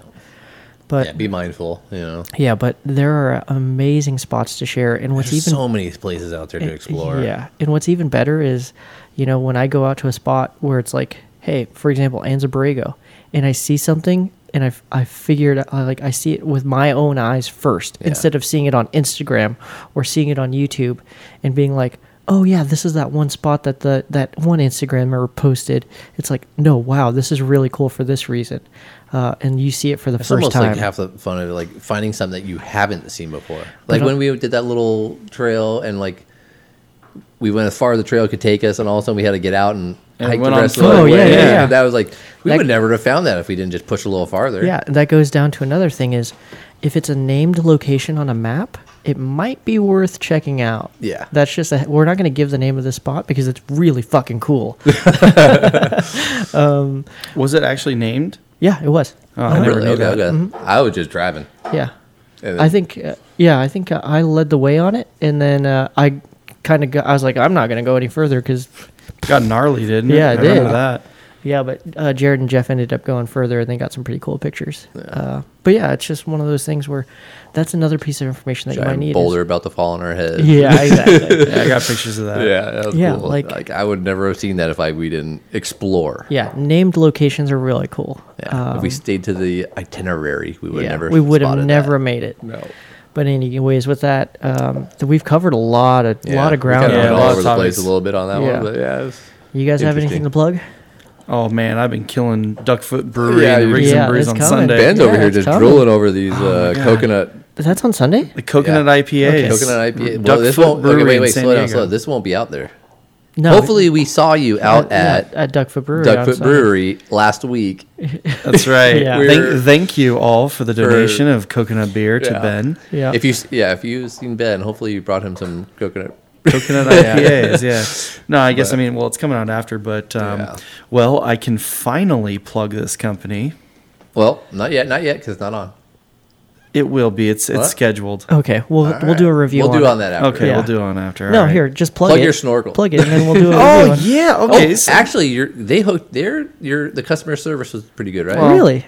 Speaker 1: but
Speaker 2: Yeah,
Speaker 1: yeah,
Speaker 2: be mindful, you know.
Speaker 1: but there are amazing spots to share and what's
Speaker 2: There's
Speaker 1: even
Speaker 2: so many places out there to explore.
Speaker 1: Eh, yeah and what's even better is you know when i go out to a spot where it's like hey for example anzaborrego and i see something and I've, I figured I like I see it with my own eyes first
Speaker 2: Yeah.
Speaker 1: instead of seeing it on Instagram or seeing it on YouTube and being like, oh yeah, this is that one spot that the that one Instagrammer posted. It's like, no, wow, this is really cool for this reason, uh, and you see it for the
Speaker 2: It's
Speaker 1: first
Speaker 2: almost
Speaker 1: time.
Speaker 2: like half the fun of like finding something that you haven't seen before. Like
Speaker 1: I-
Speaker 2: when we did that little trail and like we went as far as the trail could take us, and all of a sudden we had to get out and,
Speaker 3: And
Speaker 2: hike the
Speaker 3: went on
Speaker 2: rest of the
Speaker 1: foot. Oh,
Speaker 2: way.
Speaker 1: yeah, yeah, yeah.
Speaker 2: That was like we
Speaker 1: That-
Speaker 2: would never have found that if we didn't just push a little farther.
Speaker 1: Yeah, that goes down to another thing is if it's a named location on a map, it might be worth checking out.
Speaker 2: Yeah.
Speaker 1: That's just a, we're not going to give the name of the spot because it's really fucking cool.
Speaker 3: Was it actually named?
Speaker 1: yeah, it was.
Speaker 3: Oh, I
Speaker 2: I,
Speaker 3: never
Speaker 2: really,
Speaker 3: knew
Speaker 2: okay,
Speaker 3: that.
Speaker 2: okay.
Speaker 1: Mm-hmm.
Speaker 2: I was just driving.
Speaker 1: Yeah.
Speaker 2: And
Speaker 1: I think uh, yeah, I think uh, I led the way on it and then uh, I kind of I was like I'm not going to go any further cuz
Speaker 3: Got gnarly, didn't it?
Speaker 1: Yeah,
Speaker 3: I
Speaker 1: it
Speaker 3: remember
Speaker 1: did.
Speaker 3: that.
Speaker 1: Yeah, but uh, Jared and Jeff ended up going further, and they got some pretty cool pictures. Uh, but yeah, it's just one of those things where that's another piece of information that you might
Speaker 2: giant
Speaker 1: need. is-
Speaker 2: boulder about to fall on our head.
Speaker 1: Yeah, exactly.
Speaker 3: Yeah, I got pictures of that.
Speaker 2: Yeah, that was
Speaker 1: Yeah,
Speaker 2: cool.
Speaker 1: like-
Speaker 2: Like, I would never have seen that if I we didn't explore.
Speaker 1: yeah, named locations are really cool. Um,
Speaker 2: Yeah. if we stayed to the itinerary, we would
Speaker 1: yeah,
Speaker 2: never.
Speaker 1: we would have
Speaker 2: spotted
Speaker 1: never
Speaker 2: that.
Speaker 1: made it.
Speaker 2: No.
Speaker 1: But anyways, with that, um, th- we've covered a lot of
Speaker 2: Yeah,
Speaker 1: lot of
Speaker 2: we
Speaker 1: ground.
Speaker 2: kinda
Speaker 3: Yeah,
Speaker 2: went
Speaker 3: a
Speaker 2: all
Speaker 3: lot
Speaker 2: over
Speaker 3: of
Speaker 2: the place
Speaker 3: topics.
Speaker 2: a little bit on that
Speaker 1: Yeah.
Speaker 2: one, but yeah, it was-
Speaker 1: You guys have anything
Speaker 2: Interesting.
Speaker 1: to plug?
Speaker 3: Oh man, I've been killing Duckfoot Brewery
Speaker 2: Yeah,
Speaker 3: and
Speaker 2: you-
Speaker 3: Rigs
Speaker 1: Yeah,
Speaker 3: and Brews
Speaker 1: it's
Speaker 3: on
Speaker 1: coming.
Speaker 3: Sunday.
Speaker 2: Ben's
Speaker 1: Yeah,
Speaker 2: over here
Speaker 1: it's Oh
Speaker 2: just
Speaker 1: coming.
Speaker 2: drooling over these uh,
Speaker 3: God.
Speaker 2: coconut
Speaker 1: That's on Sunday.
Speaker 3: The coconut
Speaker 2: Yeah.
Speaker 3: IPA. is-
Speaker 2: coconut IPA.
Speaker 3: Duck
Speaker 2: Well, this
Speaker 3: Foot
Speaker 2: won't. Okay,
Speaker 3: Brewery
Speaker 2: wait,
Speaker 3: in
Speaker 2: wait,
Speaker 3: San
Speaker 2: slow down,
Speaker 3: Diego.
Speaker 2: slow. down. This won't be out there.
Speaker 1: No,
Speaker 2: Hopefully, we saw you out
Speaker 1: yeah,
Speaker 2: at
Speaker 1: at Duckfoot Brewery. on
Speaker 2: Duckfoot
Speaker 1: Sunday.
Speaker 2: Brewery last week.
Speaker 3: That's right.
Speaker 1: Yeah.
Speaker 2: We're-
Speaker 3: thank, thank you all for the donation of coconut beer to
Speaker 2: Yeah.
Speaker 3: Ben.
Speaker 1: Yeah.
Speaker 2: If you, s- yeah, if you've seen Ben, hopefully you brought him some coconut.
Speaker 3: Coconut IPAs, yeah. No, I guess I mean, well, it's coming out after, but um,
Speaker 2: Yeah.
Speaker 3: well, I can finally plug this company.
Speaker 2: Well, not yet, not yet, because it's not on.
Speaker 3: It will be. It's it's
Speaker 2: What?
Speaker 3: scheduled.
Speaker 1: okay, we'll we'll do a review.
Speaker 2: We'll
Speaker 1: on
Speaker 2: do
Speaker 1: it.
Speaker 2: on that after.
Speaker 3: Okay,
Speaker 1: Yeah.
Speaker 3: we'll do on after.
Speaker 1: No,
Speaker 3: all right.
Speaker 1: here, just plug,
Speaker 2: Plug
Speaker 1: it.
Speaker 2: your snorkel.
Speaker 1: Plug it, and then we'll do a review.
Speaker 3: Oh
Speaker 1: on-
Speaker 3: yeah. Okay.
Speaker 2: Oh,
Speaker 3: so-
Speaker 2: actually, your they hooked their your the customer service was pretty good, right?
Speaker 1: Really?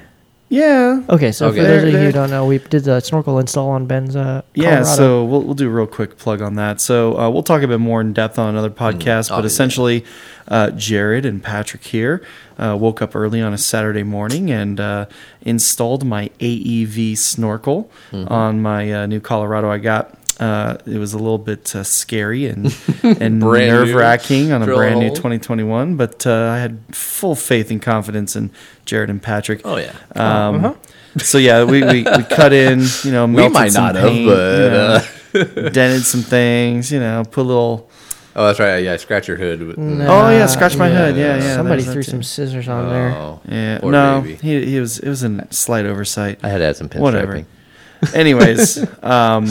Speaker 3: yeah.
Speaker 1: Okay, so
Speaker 2: Okay.
Speaker 1: for those
Speaker 3: They're-
Speaker 1: of you who
Speaker 3: they're-
Speaker 1: don't know, we did the snorkel install on Ben's. Uh,
Speaker 3: Yeah,
Speaker 1: Colorado.
Speaker 3: so we'll, we'll do a real quick plug on that. So uh, we'll talk a bit more in depth on
Speaker 2: Mm,
Speaker 3: another podcast, but
Speaker 2: obviously.
Speaker 3: essentially, uh, Jared and Patrick here uh, woke up early on a Saturday morning and uh, installed my AEV snorkel
Speaker 2: Mm-hmm.
Speaker 3: on my uh, new Colorado I got. Uh, it was a little bit uh, scary and
Speaker 2: Brand
Speaker 3: and
Speaker 2: new.
Speaker 3: nerve wracking on a
Speaker 2: Drill
Speaker 3: brand new
Speaker 2: hole.
Speaker 3: 2021, but uh, I had full faith and confidence in Jared and Patrick.
Speaker 2: Oh yeah.
Speaker 3: Um, So yeah, we, we, we cut in, you know, melted
Speaker 2: Uh-huh. might
Speaker 3: some
Speaker 2: not have, uh,
Speaker 3: paint, you know, dented some things, you know, put a little.
Speaker 2: Oh, that's right. Yeah, scratch your hood. No.
Speaker 3: Oh yeah, scratch my
Speaker 1: yeah.
Speaker 3: head. Yeah, yeah.
Speaker 1: uh, somebody
Speaker 3: there's
Speaker 1: threw
Speaker 3: that
Speaker 1: some
Speaker 3: too.
Speaker 1: scissors
Speaker 2: Oh,
Speaker 1: on there.
Speaker 3: Yeah,
Speaker 2: Poor
Speaker 3: no,
Speaker 2: baby.
Speaker 3: he, he was it was a slight oversight.
Speaker 2: I had to add some pinstriping.
Speaker 3: Whatever. Anyways, um,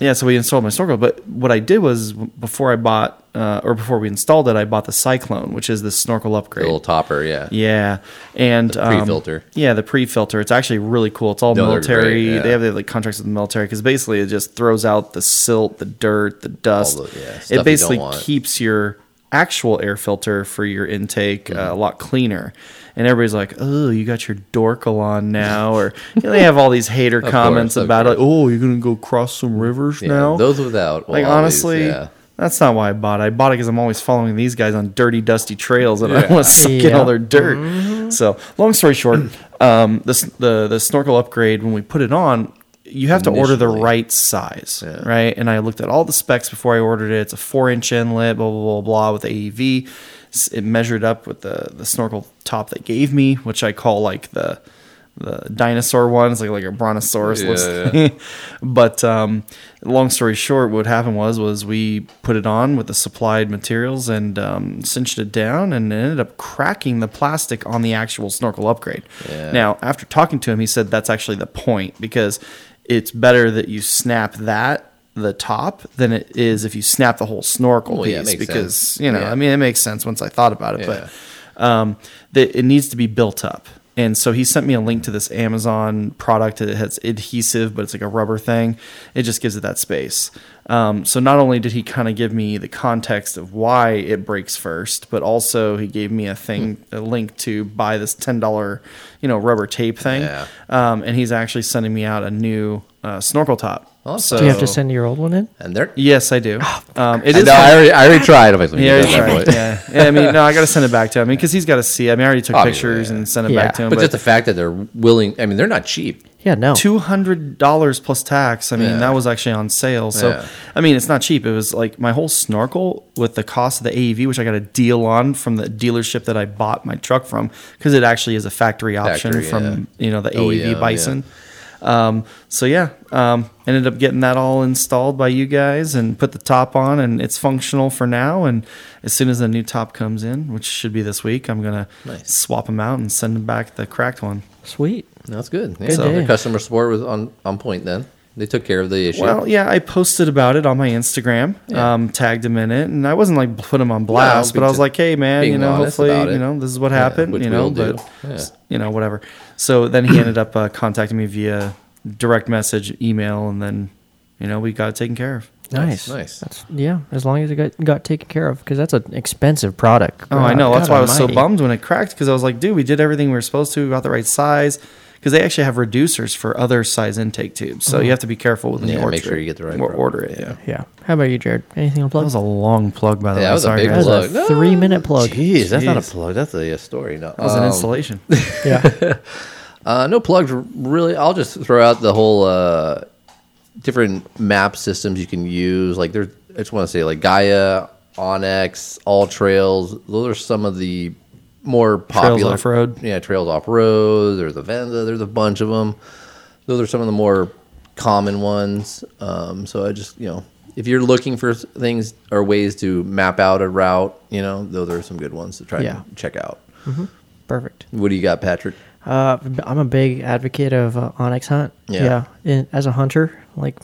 Speaker 3: yeah, so we installed my snorkel. But what I did was before I bought, uh, or before we installed it, I bought the Cyclone, which is the snorkel
Speaker 2: The
Speaker 3: upgrade.
Speaker 2: little topper. Yeah.
Speaker 3: Yeah, and um,
Speaker 2: pre-filter.
Speaker 3: yeah, the pre-filter. It's actually really cool. It's all
Speaker 2: No, they're
Speaker 3: military.
Speaker 2: great, yeah.
Speaker 3: They have the, like contracts with the military because basically it just throws out the silt, the dirt, the dust.
Speaker 2: All the- yeah, stuff you
Speaker 3: it
Speaker 2: don't
Speaker 3: basically
Speaker 2: want.
Speaker 3: keeps your actual air filter for your intake
Speaker 2: Mm-hmm.
Speaker 3: uh, a lot cleaner. And everybody's like, "Oh, you got your Dorkel on now," or you know, they have all these hater comments
Speaker 2: course, of
Speaker 3: about like,
Speaker 2: course.
Speaker 3: "Oh, you're gonna go cross some rivers
Speaker 2: Yeah,
Speaker 3: now."
Speaker 2: those without. will
Speaker 3: like
Speaker 2: always-
Speaker 3: honestly,
Speaker 2: yeah.
Speaker 3: that's not why I bought it. I bought it because I'm always following these guys on dirty, dusty trails, and I
Speaker 2: Yeah.
Speaker 3: want to suck in
Speaker 1: Yeah.
Speaker 3: all their dirt. So, long story short, um, the, s- the the snorkel upgrade when we put it on, you have to order the
Speaker 2: Initially.
Speaker 3: right size, right? And I looked at all the specs before I ordered it. It's a four inch inlet, blah blah blah blah, with AEV. S- It measured up with the the snorkel top they gave me, which I call like the the dinosaur one. It's like like a brontosaurus
Speaker 2: Yeah,
Speaker 3: looks
Speaker 2: yeah.
Speaker 3: but um, long story short, what happened was was we put it on with the supplied materials and um, cinched it down, and it ended up cracking the plastic on the actual snorkel upgrade.
Speaker 2: Yeah.
Speaker 3: Now, after talking to him, he said that's actually the point because it's better that you snap that the top than it is if you snap the whole snorkel
Speaker 2: Well,
Speaker 3: piece
Speaker 2: yeah, it makes
Speaker 3: because
Speaker 2: sense.
Speaker 3: you know
Speaker 2: Yeah.
Speaker 3: I mean it makes sense once I thought about it,
Speaker 2: Yeah.
Speaker 3: but um, that it needs to be built up. And so he sent me a link to this Amazon product that has adhesive, but it's like a rubber thing. It just gives it that space. Um, so not only did he kind of give me the context of why it breaks first, but also he gave me a thing,
Speaker 2: Hmm.
Speaker 3: a link to buy this ten dollar, you know, rubber tape thing.
Speaker 2: Yeah.
Speaker 3: Um, and he's actually sending me out a new uh, snorkel top.
Speaker 2: Awesome.
Speaker 1: Do you have to
Speaker 3: So-
Speaker 1: send Oh, your old one in?
Speaker 2: and they're.
Speaker 3: Yes, I do. Um, it
Speaker 2: I
Speaker 3: is.
Speaker 2: know, I already, I already tried. I'm like,
Speaker 3: Yeah,
Speaker 2: "Let me
Speaker 3: he's
Speaker 2: get that
Speaker 3: right.
Speaker 2: boy."
Speaker 3: yeah. yeah. I mean, no, I got to send it back to him. I mean, because he's got to see. I mean, I already took
Speaker 2: Obviously,
Speaker 3: pictures
Speaker 2: yeah.
Speaker 3: and sent it
Speaker 1: Yeah.
Speaker 3: back to him.
Speaker 2: But,
Speaker 3: But,
Speaker 2: just the fact that they're willing. I mean, they're not cheap.
Speaker 1: Yeah, no.
Speaker 3: two hundred dollars plus tax. I mean,
Speaker 2: Yeah.
Speaker 3: that was actually on sale. So,
Speaker 2: Yeah.
Speaker 3: I mean, it's not cheap. It was like my whole snorkel with the cost of the AEV, which I got a deal on from the dealership that I bought my truck from, because it actually is a factory option
Speaker 2: Factory,
Speaker 3: from you know the
Speaker 2: Oh,
Speaker 3: AEV
Speaker 2: yeah,
Speaker 3: Bison. Um, so yeah, um, ended up getting that all installed by you guys and put the top on and it's functional for now. And as soon as the new top comes in, which should be this week, I'm going to
Speaker 2: Nice.
Speaker 3: swap them out and send them back the cracked one.
Speaker 1: Sweet.
Speaker 2: That's good. Yeah,
Speaker 1: Good
Speaker 2: so their
Speaker 1: day.
Speaker 2: customer support was on, on point then. They took care of the issue.
Speaker 3: Well, yeah, I posted about it on my Instagram,
Speaker 2: Yeah.
Speaker 3: um, tagged him in it, and I wasn't like putting him on blast,
Speaker 2: being
Speaker 3: but I was
Speaker 2: t-
Speaker 3: like, hey man,
Speaker 2: being
Speaker 3: you know,
Speaker 2: honest
Speaker 3: hopefully,
Speaker 2: about it.
Speaker 3: you know, this is what
Speaker 2: Yeah,
Speaker 3: happened,
Speaker 2: which
Speaker 3: you
Speaker 2: we
Speaker 3: know,
Speaker 2: all do.
Speaker 3: but
Speaker 2: Yeah.
Speaker 3: you know, whatever. So then he ended up uh, contacting me via direct message, email, and then you know we got it taken care of.
Speaker 1: Nice.
Speaker 2: nice.
Speaker 1: That's yeah. As long as it got, got taken care of, because that's an expensive product. Uh,
Speaker 3: Oh, I know.
Speaker 1: God
Speaker 3: That's why I was so
Speaker 1: almighty.
Speaker 3: bummed when it cracked because I was like, dude, we did everything we were supposed to. We got the right size because they actually have reducers for other size intake tubes. So you have to be careful with the
Speaker 2: Uh-huh. Yeah,
Speaker 3: order.
Speaker 2: make sure you get the right
Speaker 3: or
Speaker 2: product.
Speaker 3: order it. Yeah.
Speaker 1: Yeah. How about you, Jared? Anything to
Speaker 3: That
Speaker 1: plug?
Speaker 3: was a long plug, by the
Speaker 2: Yeah,
Speaker 3: way.
Speaker 2: that was a
Speaker 3: Sorry,
Speaker 2: big
Speaker 3: guys.
Speaker 1: That
Speaker 2: plug.
Speaker 1: was a three minute plug.
Speaker 2: Jeez, that's not a
Speaker 3: Jeez.
Speaker 2: plug. That's a, a story. No,
Speaker 3: That was an
Speaker 2: Um,
Speaker 3: installation.
Speaker 1: Yeah.
Speaker 2: Uh, no plugs, really. I'll just throw out the whole uh, different map systems you can use. Like there's, I just want to say like Gaia, Onyx, All Trails. Those are some of the more popular
Speaker 3: off-road.
Speaker 2: Yeah, Trails off road. There's Avenza. There's a bunch of them. Those are some of the more common ones. Um, so I just you know. If you're looking for things or ways to map out a route, you know, those are some good ones to try
Speaker 1: Yeah.
Speaker 2: and check out.
Speaker 1: Perfect.
Speaker 2: What do you got, Patrick?
Speaker 1: Uh, b- I'm a big advocate of uh, Onyx Hunt.
Speaker 2: Yeah.
Speaker 1: And as a hunter, like,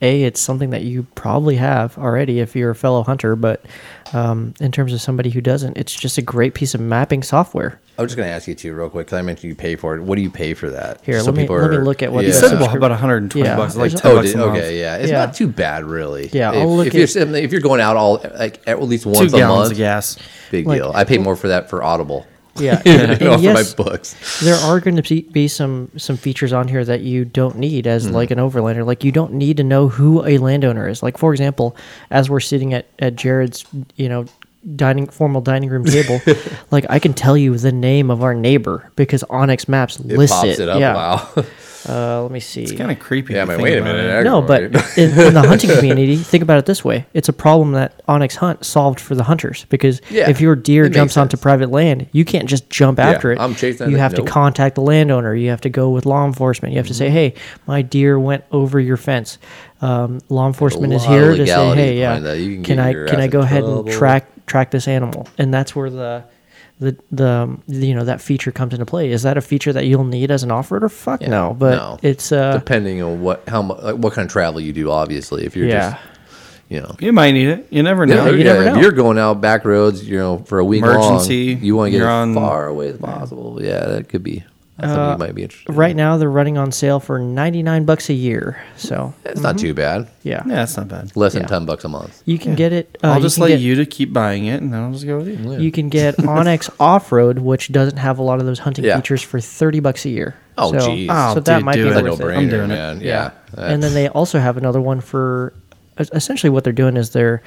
Speaker 1: A, it's something that you probably have already if you're a fellow hunter, but um, in terms of somebody who doesn't, it's just a great piece of mapping software.
Speaker 2: I was just going to ask you too, real quick, because I mentioned you pay for it. What do you pay for that?
Speaker 1: Here,
Speaker 2: Just
Speaker 1: let me- let me look at what
Speaker 2: yeah.
Speaker 3: He
Speaker 1: Yeah.
Speaker 3: said about about 120
Speaker 1: Yeah.
Speaker 3: bucks, like
Speaker 1: There's
Speaker 3: 10
Speaker 2: Oh,
Speaker 3: bucks
Speaker 2: did,
Speaker 3: a month.
Speaker 2: okay, yeah, it's
Speaker 1: Yeah.
Speaker 2: not too bad, really.
Speaker 1: Yeah,
Speaker 2: if,
Speaker 1: I'll look
Speaker 2: if you're
Speaker 1: at-
Speaker 2: sim- if you're going out all like at least
Speaker 3: Two
Speaker 2: once a
Speaker 3: gallons
Speaker 2: month,
Speaker 3: of gas.
Speaker 2: big
Speaker 1: Like-
Speaker 2: deal. I pay more for that for Audible.
Speaker 1: Yeah.
Speaker 2: You
Speaker 1: and-
Speaker 2: know,
Speaker 1: and
Speaker 2: for
Speaker 1: yes,
Speaker 2: my books.
Speaker 1: there are going to be some some features on here that you don't need as
Speaker 2: Mm-hmm.
Speaker 1: like an overlander like you don't need to know who a landowner is like for example as we're sitting at, at jared's you know dining formal dining room table like i can tell you the name of our neighbor because onyx maps
Speaker 2: It
Speaker 1: lists
Speaker 2: pops
Speaker 1: it,
Speaker 2: it, up.
Speaker 1: yeah
Speaker 2: Wow.
Speaker 1: uh, let me see
Speaker 3: It's kind of creepy.
Speaker 2: Yeah,
Speaker 3: to
Speaker 2: but
Speaker 3: think
Speaker 2: wait a
Speaker 3: about
Speaker 2: minute,
Speaker 3: it.
Speaker 2: I-
Speaker 1: no, but
Speaker 2: Right.
Speaker 1: in, in the hunting community, think about it this way: it's a problem that Onyx Hunt solved for the hunters because
Speaker 2: Yeah,
Speaker 1: if your deer
Speaker 2: it makes
Speaker 1: jumps onto
Speaker 2: sense.
Speaker 1: private land, you can't just jump after it.
Speaker 2: I'm chasing
Speaker 1: You
Speaker 2: it,
Speaker 1: have
Speaker 2: nope. Mm-hmm.
Speaker 1: to contact the landowner. You have to go with law enforcement. You have to say, "Hey, my deer went over your fence." Um, law enforcement is
Speaker 2: lot of
Speaker 1: here to say,
Speaker 2: legalities
Speaker 1: "Hey, yeah,
Speaker 2: behind that. You can
Speaker 1: can
Speaker 2: get
Speaker 1: I
Speaker 2: your
Speaker 1: can
Speaker 2: ass
Speaker 1: I
Speaker 2: in
Speaker 1: go ahead
Speaker 2: trouble."
Speaker 1: and track track this animal?" And that's where the the, the um, you know that feature comes into play. Is that a feature that you'll need as an off roader? Fuck no, but
Speaker 2: no.
Speaker 1: it's uh,
Speaker 2: Depending on what how mu- like, what kind of travel you do, obviously, if you're
Speaker 1: yeah.
Speaker 2: just you know.
Speaker 3: You might need it. You never know.
Speaker 2: Yeah,
Speaker 1: you
Speaker 2: yeah,
Speaker 1: never
Speaker 2: if
Speaker 1: know.
Speaker 2: you're going out back roads, you know, for a week long,
Speaker 3: Emergency,
Speaker 2: you want to get
Speaker 3: you're
Speaker 2: as
Speaker 3: on-
Speaker 2: far away as possible. Yeah, that could be I
Speaker 1: Uh,
Speaker 2: thought you might be interested. in.
Speaker 1: Right now, they're running on sale for 99 bucks a year. So,
Speaker 2: it's not too bad.
Speaker 1: yeah.
Speaker 3: Yeah, that's not bad.
Speaker 2: Less than
Speaker 1: Mm-hmm. Yeah.
Speaker 2: ten bucks a month.
Speaker 1: You can get it. Uh,
Speaker 3: I'll just
Speaker 1: can
Speaker 3: let
Speaker 1: get-
Speaker 3: Oh, you to keep buying it, and then I'll just go with you.
Speaker 1: You can get Onyx Off Road, which doesn't have a lot of those hunting
Speaker 2: Yeah.
Speaker 1: features, for 30 bucks a year.
Speaker 2: Oh,
Speaker 1: so,
Speaker 2: geez.
Speaker 1: So
Speaker 3: Oh,
Speaker 1: that
Speaker 3: dude,
Speaker 1: might
Speaker 3: do
Speaker 1: be
Speaker 3: it.
Speaker 2: It's a
Speaker 3: I'm
Speaker 1: worth it.
Speaker 2: no-brainer,
Speaker 3: doing it.
Speaker 2: man. Yeah.
Speaker 1: and then they also have another one for es- essentially what they're doing is they're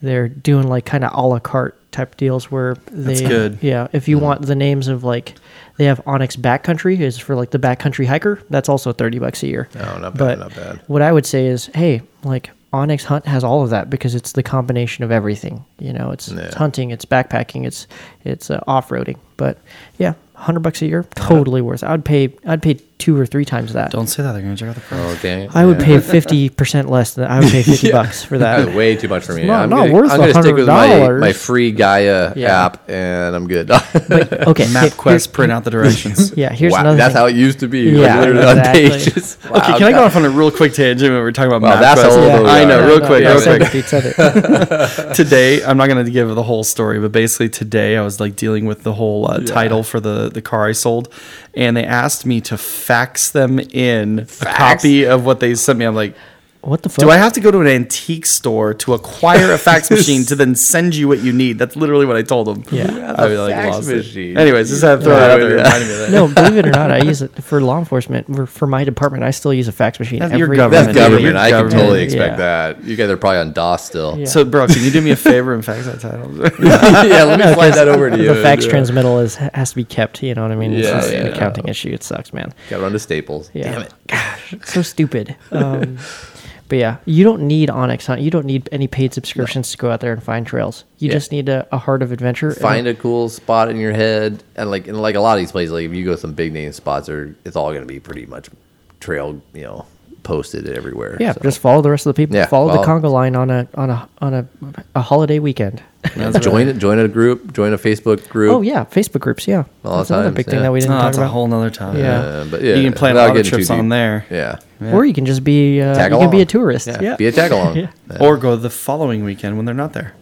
Speaker 1: they're doing like kind of a la carte type deals where they
Speaker 3: good.
Speaker 1: yeah if you want the names of like they have Onyx Backcountry is for like the backcountry hiker that's also 30 bucks a year
Speaker 2: No, Oh, not bad,
Speaker 1: but
Speaker 2: not bad.
Speaker 1: what I would say is hey like Onyx Hunt has all of that because it's the combination of everything you know it's, it's
Speaker 2: Yeah.
Speaker 1: hunting it's backpacking it's it's uh, off-roading but yeah 100 bucks a year totally worth it. I'd pay I'd pay two or three times that
Speaker 3: Don't say that; they're gonna check out the price.
Speaker 2: oh, dang it.
Speaker 1: I would
Speaker 2: Yeah.
Speaker 1: pay fifty percent less than I would pay fifty bucks for
Speaker 2: That
Speaker 1: that.
Speaker 2: was way too much for me.
Speaker 1: not-
Speaker 2: I'm
Speaker 1: not
Speaker 2: gonna,
Speaker 1: worth
Speaker 2: I'm gonna stick with my,
Speaker 1: $100.
Speaker 2: my free Gaia
Speaker 1: Yeah.
Speaker 2: app, and I'm good.
Speaker 1: Okay, here-
Speaker 3: MapQuest print out the directions.
Speaker 1: here- yeah, here's
Speaker 2: wow,
Speaker 1: another.
Speaker 2: that's
Speaker 1: thing.
Speaker 2: how it used to be. like,
Speaker 1: Yeah,
Speaker 2: literally on
Speaker 1: exactly.
Speaker 2: pages.
Speaker 3: okay,
Speaker 2: Wow,
Speaker 3: can I go
Speaker 2: God.
Speaker 3: off on a real quick tangent when we're talking about
Speaker 2: Wow,
Speaker 3: MapQuest?
Speaker 2: that's how old
Speaker 1: Yeah.
Speaker 2: we
Speaker 3: I
Speaker 2: are.
Speaker 3: know, real quick,
Speaker 1: no,
Speaker 3: real
Speaker 1: said
Speaker 3: quick.
Speaker 1: it, Pete said it.
Speaker 3: today i'm not going to give the whole story but basically today i was like dealing with the whole uh, title for the the car i sold and they asked me to fax them in a copy of what they sent me i'm like
Speaker 1: What the fuck?
Speaker 3: do i have to go to an antique store to acquire a fax machine to then send you what you need that's literally what i told them
Speaker 1: Yeah.
Speaker 3: i like
Speaker 2: fax
Speaker 3: lost it.
Speaker 2: machine.
Speaker 3: anyways just had to throw that out there
Speaker 2: Yeah.
Speaker 3: reminded me of that
Speaker 1: no, believe it or not, I use it for law enforcement. For, for my department, I still use a fax machine.
Speaker 3: That's your
Speaker 1: every
Speaker 3: government,
Speaker 2: That's
Speaker 1: day.
Speaker 3: dude.
Speaker 2: government.
Speaker 3: You're
Speaker 2: I can
Speaker 3: government.
Speaker 2: totally expect
Speaker 1: Yeah.
Speaker 2: that. You guys are probably on DOS still.
Speaker 1: Yeah.
Speaker 3: so bro can you do me a favor and fax that title
Speaker 2: Yeah, let me slide that over to you.
Speaker 1: The fax
Speaker 2: Yeah.
Speaker 1: transmittal is has to be kept. You know what I mean? It's
Speaker 2: Yeah,
Speaker 1: just an
Speaker 2: yeah.
Speaker 1: accounting issue. It sucks, man.
Speaker 2: Gotta run to Staples.
Speaker 1: Yeah.
Speaker 2: Damn it.
Speaker 1: so stupid. Um, but yeah, you don't need Onyx Hunt. You don't need any paid subscriptions to go out there and find trails. You
Speaker 2: Yeah.
Speaker 1: just need a, a heart of adventure.
Speaker 2: Find a cool spot in your head, and like and like a lot of these places, like if you go to some big name spots, are it's all gonna be pretty much trail, you know, posted everywhere.
Speaker 1: Yeah,
Speaker 2: so.
Speaker 1: just follow the rest of the people.
Speaker 2: Yeah,
Speaker 1: follow, the
Speaker 2: follow-
Speaker 1: Congo line on a on a on a, a holiday weekend.
Speaker 2: Yeah, join it. Join a group. Join a Facebook group.
Speaker 1: Oh yeah, Facebook groups. Yeah,
Speaker 2: All the
Speaker 1: that's another
Speaker 2: times,
Speaker 1: big thing
Speaker 2: yeah.
Speaker 1: that we didn't
Speaker 3: oh,
Speaker 1: talk
Speaker 3: that's a
Speaker 1: about.
Speaker 3: whole nother time
Speaker 1: Yeah.
Speaker 2: Uh, but yeah,
Speaker 3: you can plan a
Speaker 2: without
Speaker 3: lot of
Speaker 2: getting too
Speaker 3: trips on
Speaker 2: deep.
Speaker 3: there
Speaker 2: Yeah.
Speaker 1: Or you can just be uh,
Speaker 2: Tag
Speaker 1: you can be
Speaker 2: along.
Speaker 1: a tourist.
Speaker 2: Yeah.
Speaker 1: Yeah, yeah.
Speaker 2: Be a tag along.
Speaker 1: Yeah.
Speaker 3: or go the following weekend when they're not there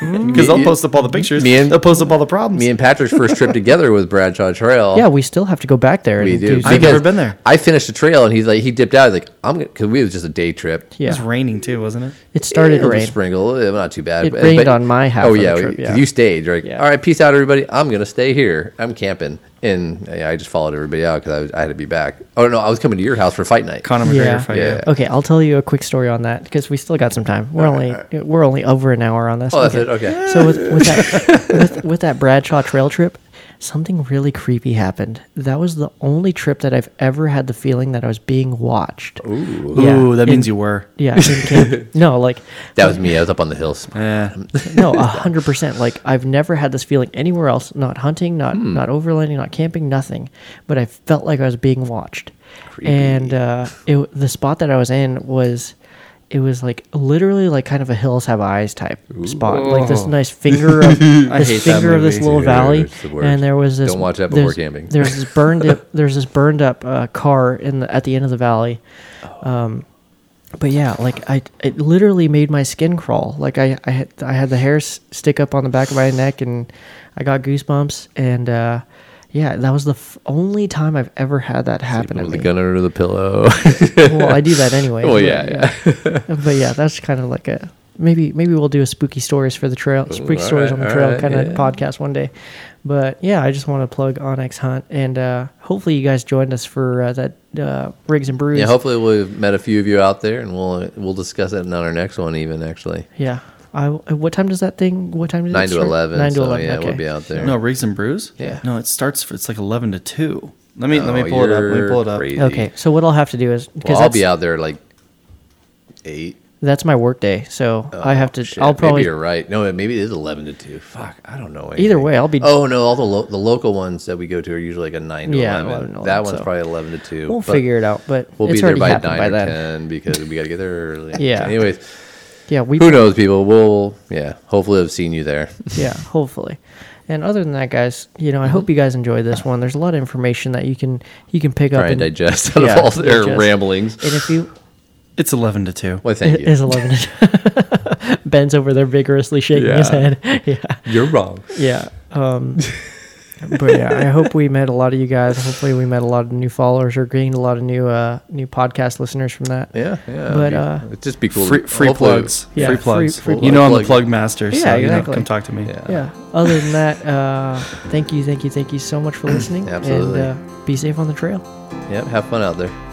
Speaker 3: because
Speaker 2: Me-
Speaker 3: they'll post up all the pictures.
Speaker 2: me and-
Speaker 3: they'll post up all the problems.
Speaker 2: Me and Patrick's first trip together was Bradshaw Trail.
Speaker 1: Yeah, we still have to go back there.
Speaker 2: we
Speaker 1: and
Speaker 2: do.
Speaker 1: some-
Speaker 3: I've never
Speaker 2: Because
Speaker 3: been there.
Speaker 2: I finished the trail and he's like, he dipped out. He's like, I'm gonna, cause we it was just a day trip.
Speaker 3: it was
Speaker 1: yeah,
Speaker 3: raining too, wasn't it?
Speaker 1: it started
Speaker 2: It
Speaker 1: to
Speaker 2: was a
Speaker 1: rain.
Speaker 2: Sprinkle, eh, not too bad.
Speaker 1: It rained on my half
Speaker 2: Oh
Speaker 1: of the
Speaker 2: yeah,
Speaker 1: trip,
Speaker 2: we-
Speaker 1: yeah.
Speaker 2: you stayed. You're like,
Speaker 1: Yeah.
Speaker 2: all right, peace out, everybody. I'm gonna stay here. I'm camping, and yeah, I just followed everybody out because I, was- I had to be back. Oh no, I was coming to your house for fight night.
Speaker 3: Conor McGregor
Speaker 1: Yeah.
Speaker 3: fight.
Speaker 2: Yeah.
Speaker 1: Okay, I'll tell you a quick story on that because we still got some time. We're only we're only over an hour on this.
Speaker 2: oh, that's it. Okay.
Speaker 1: So with, with that with, with that Bradshaw trail trip, something really creepy happened. That was the only trip that I've ever had the feeling that I was being watched. Ooh,
Speaker 3: Ooh, that means you were.
Speaker 1: Yeah, in camp. no, like
Speaker 2: That was me. I was up on the hills.
Speaker 3: Yeah.
Speaker 1: no, a hundred percent. Like I've never had this feeling anywhere else. Not hunting, not
Speaker 2: Hmm.
Speaker 1: not overlanding, not camping, nothing. But I felt like I was being watched. And uh, it, the spot that I was in was, it was like literally like kind of a hills have eyes type spot, like
Speaker 2: Oh.
Speaker 1: this nice finger of
Speaker 3: hate
Speaker 1: this
Speaker 3: that
Speaker 1: finger of this
Speaker 3: movie.
Speaker 1: little
Speaker 2: Dude,
Speaker 1: valley.
Speaker 2: it's the worst.
Speaker 1: and there was this.
Speaker 2: Don't watch that before
Speaker 1: there's-
Speaker 2: camping.
Speaker 1: There's this burned up. There's this burned up uh, car in the at the end of the valley but yeah, like I, it literally made my skin crawl. Like I, I had, I had the hair s- stick up on the back of my neck, and I got goosebumps. And uh, yeah, that was the f- only time I've ever had that happen.
Speaker 2: With
Speaker 1: to
Speaker 2: the
Speaker 1: me.
Speaker 2: gun under the pillow.
Speaker 1: Well, I do that anyway.
Speaker 2: well, yeah, yeah.
Speaker 1: But yeah, that's kind of like a maybe. Maybe we'll do a spooky stories for the trail, spooky
Speaker 2: all
Speaker 1: stories on
Speaker 2: right,
Speaker 1: the
Speaker 2: all
Speaker 1: trail
Speaker 2: right,
Speaker 1: kind of
Speaker 2: yeah.
Speaker 1: podcast one day. But yeah, I just want to plug Onyx Hunt, and uh, hopefully you guys joined us for uh, that uh, Rigs and Brews.
Speaker 2: Yeah, hopefully we've met a few of you out there, and we'll we'll discuss it on our next one. Even actually,
Speaker 1: Yeah. I, uh, what time does that thing? What time does
Speaker 2: nine
Speaker 1: it
Speaker 2: to
Speaker 1: start?
Speaker 2: eleven.
Speaker 1: Nine to
Speaker 2: so,
Speaker 1: eleven.
Speaker 2: Yeah,
Speaker 1: okay.
Speaker 2: we'll be out there.
Speaker 3: No, Rigs and Brews?
Speaker 2: Yeah.
Speaker 3: No, it starts for, it's like 11 to 2. Let me, let
Speaker 2: Oh,
Speaker 3: me pull it up. Let me
Speaker 2: you're
Speaker 3: pull it up.
Speaker 2: crazy.
Speaker 1: Okay, so what I'll have to do is because
Speaker 2: Well, I'll
Speaker 1: that's,
Speaker 2: be out there like eight.
Speaker 1: that's my work day, so I have to.
Speaker 2: Oh, Shit,
Speaker 1: I'll probably
Speaker 2: Maybe you're right. No, maybe it is eleven to two. Fuck, I don't know.
Speaker 1: Either way, I'll be-
Speaker 2: Oh no, all the lo- the local ones that we go to are usually like a nine to
Speaker 1: Yeah,
Speaker 2: 11.
Speaker 1: 11 to
Speaker 2: That
Speaker 1: 11,
Speaker 2: one's
Speaker 1: so
Speaker 2: probably eleven to two.
Speaker 1: we'll
Speaker 2: but
Speaker 1: figure it out, but
Speaker 2: We'll
Speaker 1: it's
Speaker 2: be there
Speaker 1: already
Speaker 2: by
Speaker 1: happened
Speaker 2: nine
Speaker 1: by
Speaker 2: or
Speaker 1: then.
Speaker 2: ten because we got to get there early.
Speaker 1: Yeah.
Speaker 2: Anyways,
Speaker 1: Yeah, we.
Speaker 2: who knows, people? We'll yeah. Hopefully, I've seen you there.
Speaker 1: Yeah, hopefully. And other than that, guys, you
Speaker 2: Mm-hmm.
Speaker 1: know, I hope you guys enjoyed this one. There's a lot of information that you can you can pick up
Speaker 2: Try and
Speaker 1: and,
Speaker 2: digest out
Speaker 1: yeah,
Speaker 2: of all their
Speaker 1: digest.
Speaker 2: ramblings.
Speaker 1: and if you
Speaker 3: It's 11 to 2.
Speaker 2: Well, thank you.
Speaker 1: is eleven, Ben's over there vigorously shaking his
Speaker 2: Yeah.
Speaker 1: head. Yeah,
Speaker 2: You're wrong.
Speaker 1: yeah. Um, but yeah, I hope we met a lot of you guys. Hopefully, we met a lot of new followers or gained a lot of new uh, new podcast listeners from that.
Speaker 2: Yeah, yeah.
Speaker 1: But,
Speaker 2: it'd be-
Speaker 1: uh,
Speaker 2: it'd just be cool. to-
Speaker 3: Free, free
Speaker 2: hopefully-
Speaker 3: plugs.
Speaker 1: Yeah,
Speaker 3: free
Speaker 1: free-
Speaker 3: plugs.
Speaker 1: free
Speaker 3: you know I'm a
Speaker 2: plug.
Speaker 3: plug master, so
Speaker 1: Yeah,
Speaker 3: you know,
Speaker 1: exactly.
Speaker 3: come talk to me.
Speaker 2: Yeah.
Speaker 1: Yeah. Other than that, uh, thank you, thank you, thank you so much for listening.
Speaker 2: Absolutely.
Speaker 1: And uh, be safe on the trail.
Speaker 2: Yep. Have fun out there.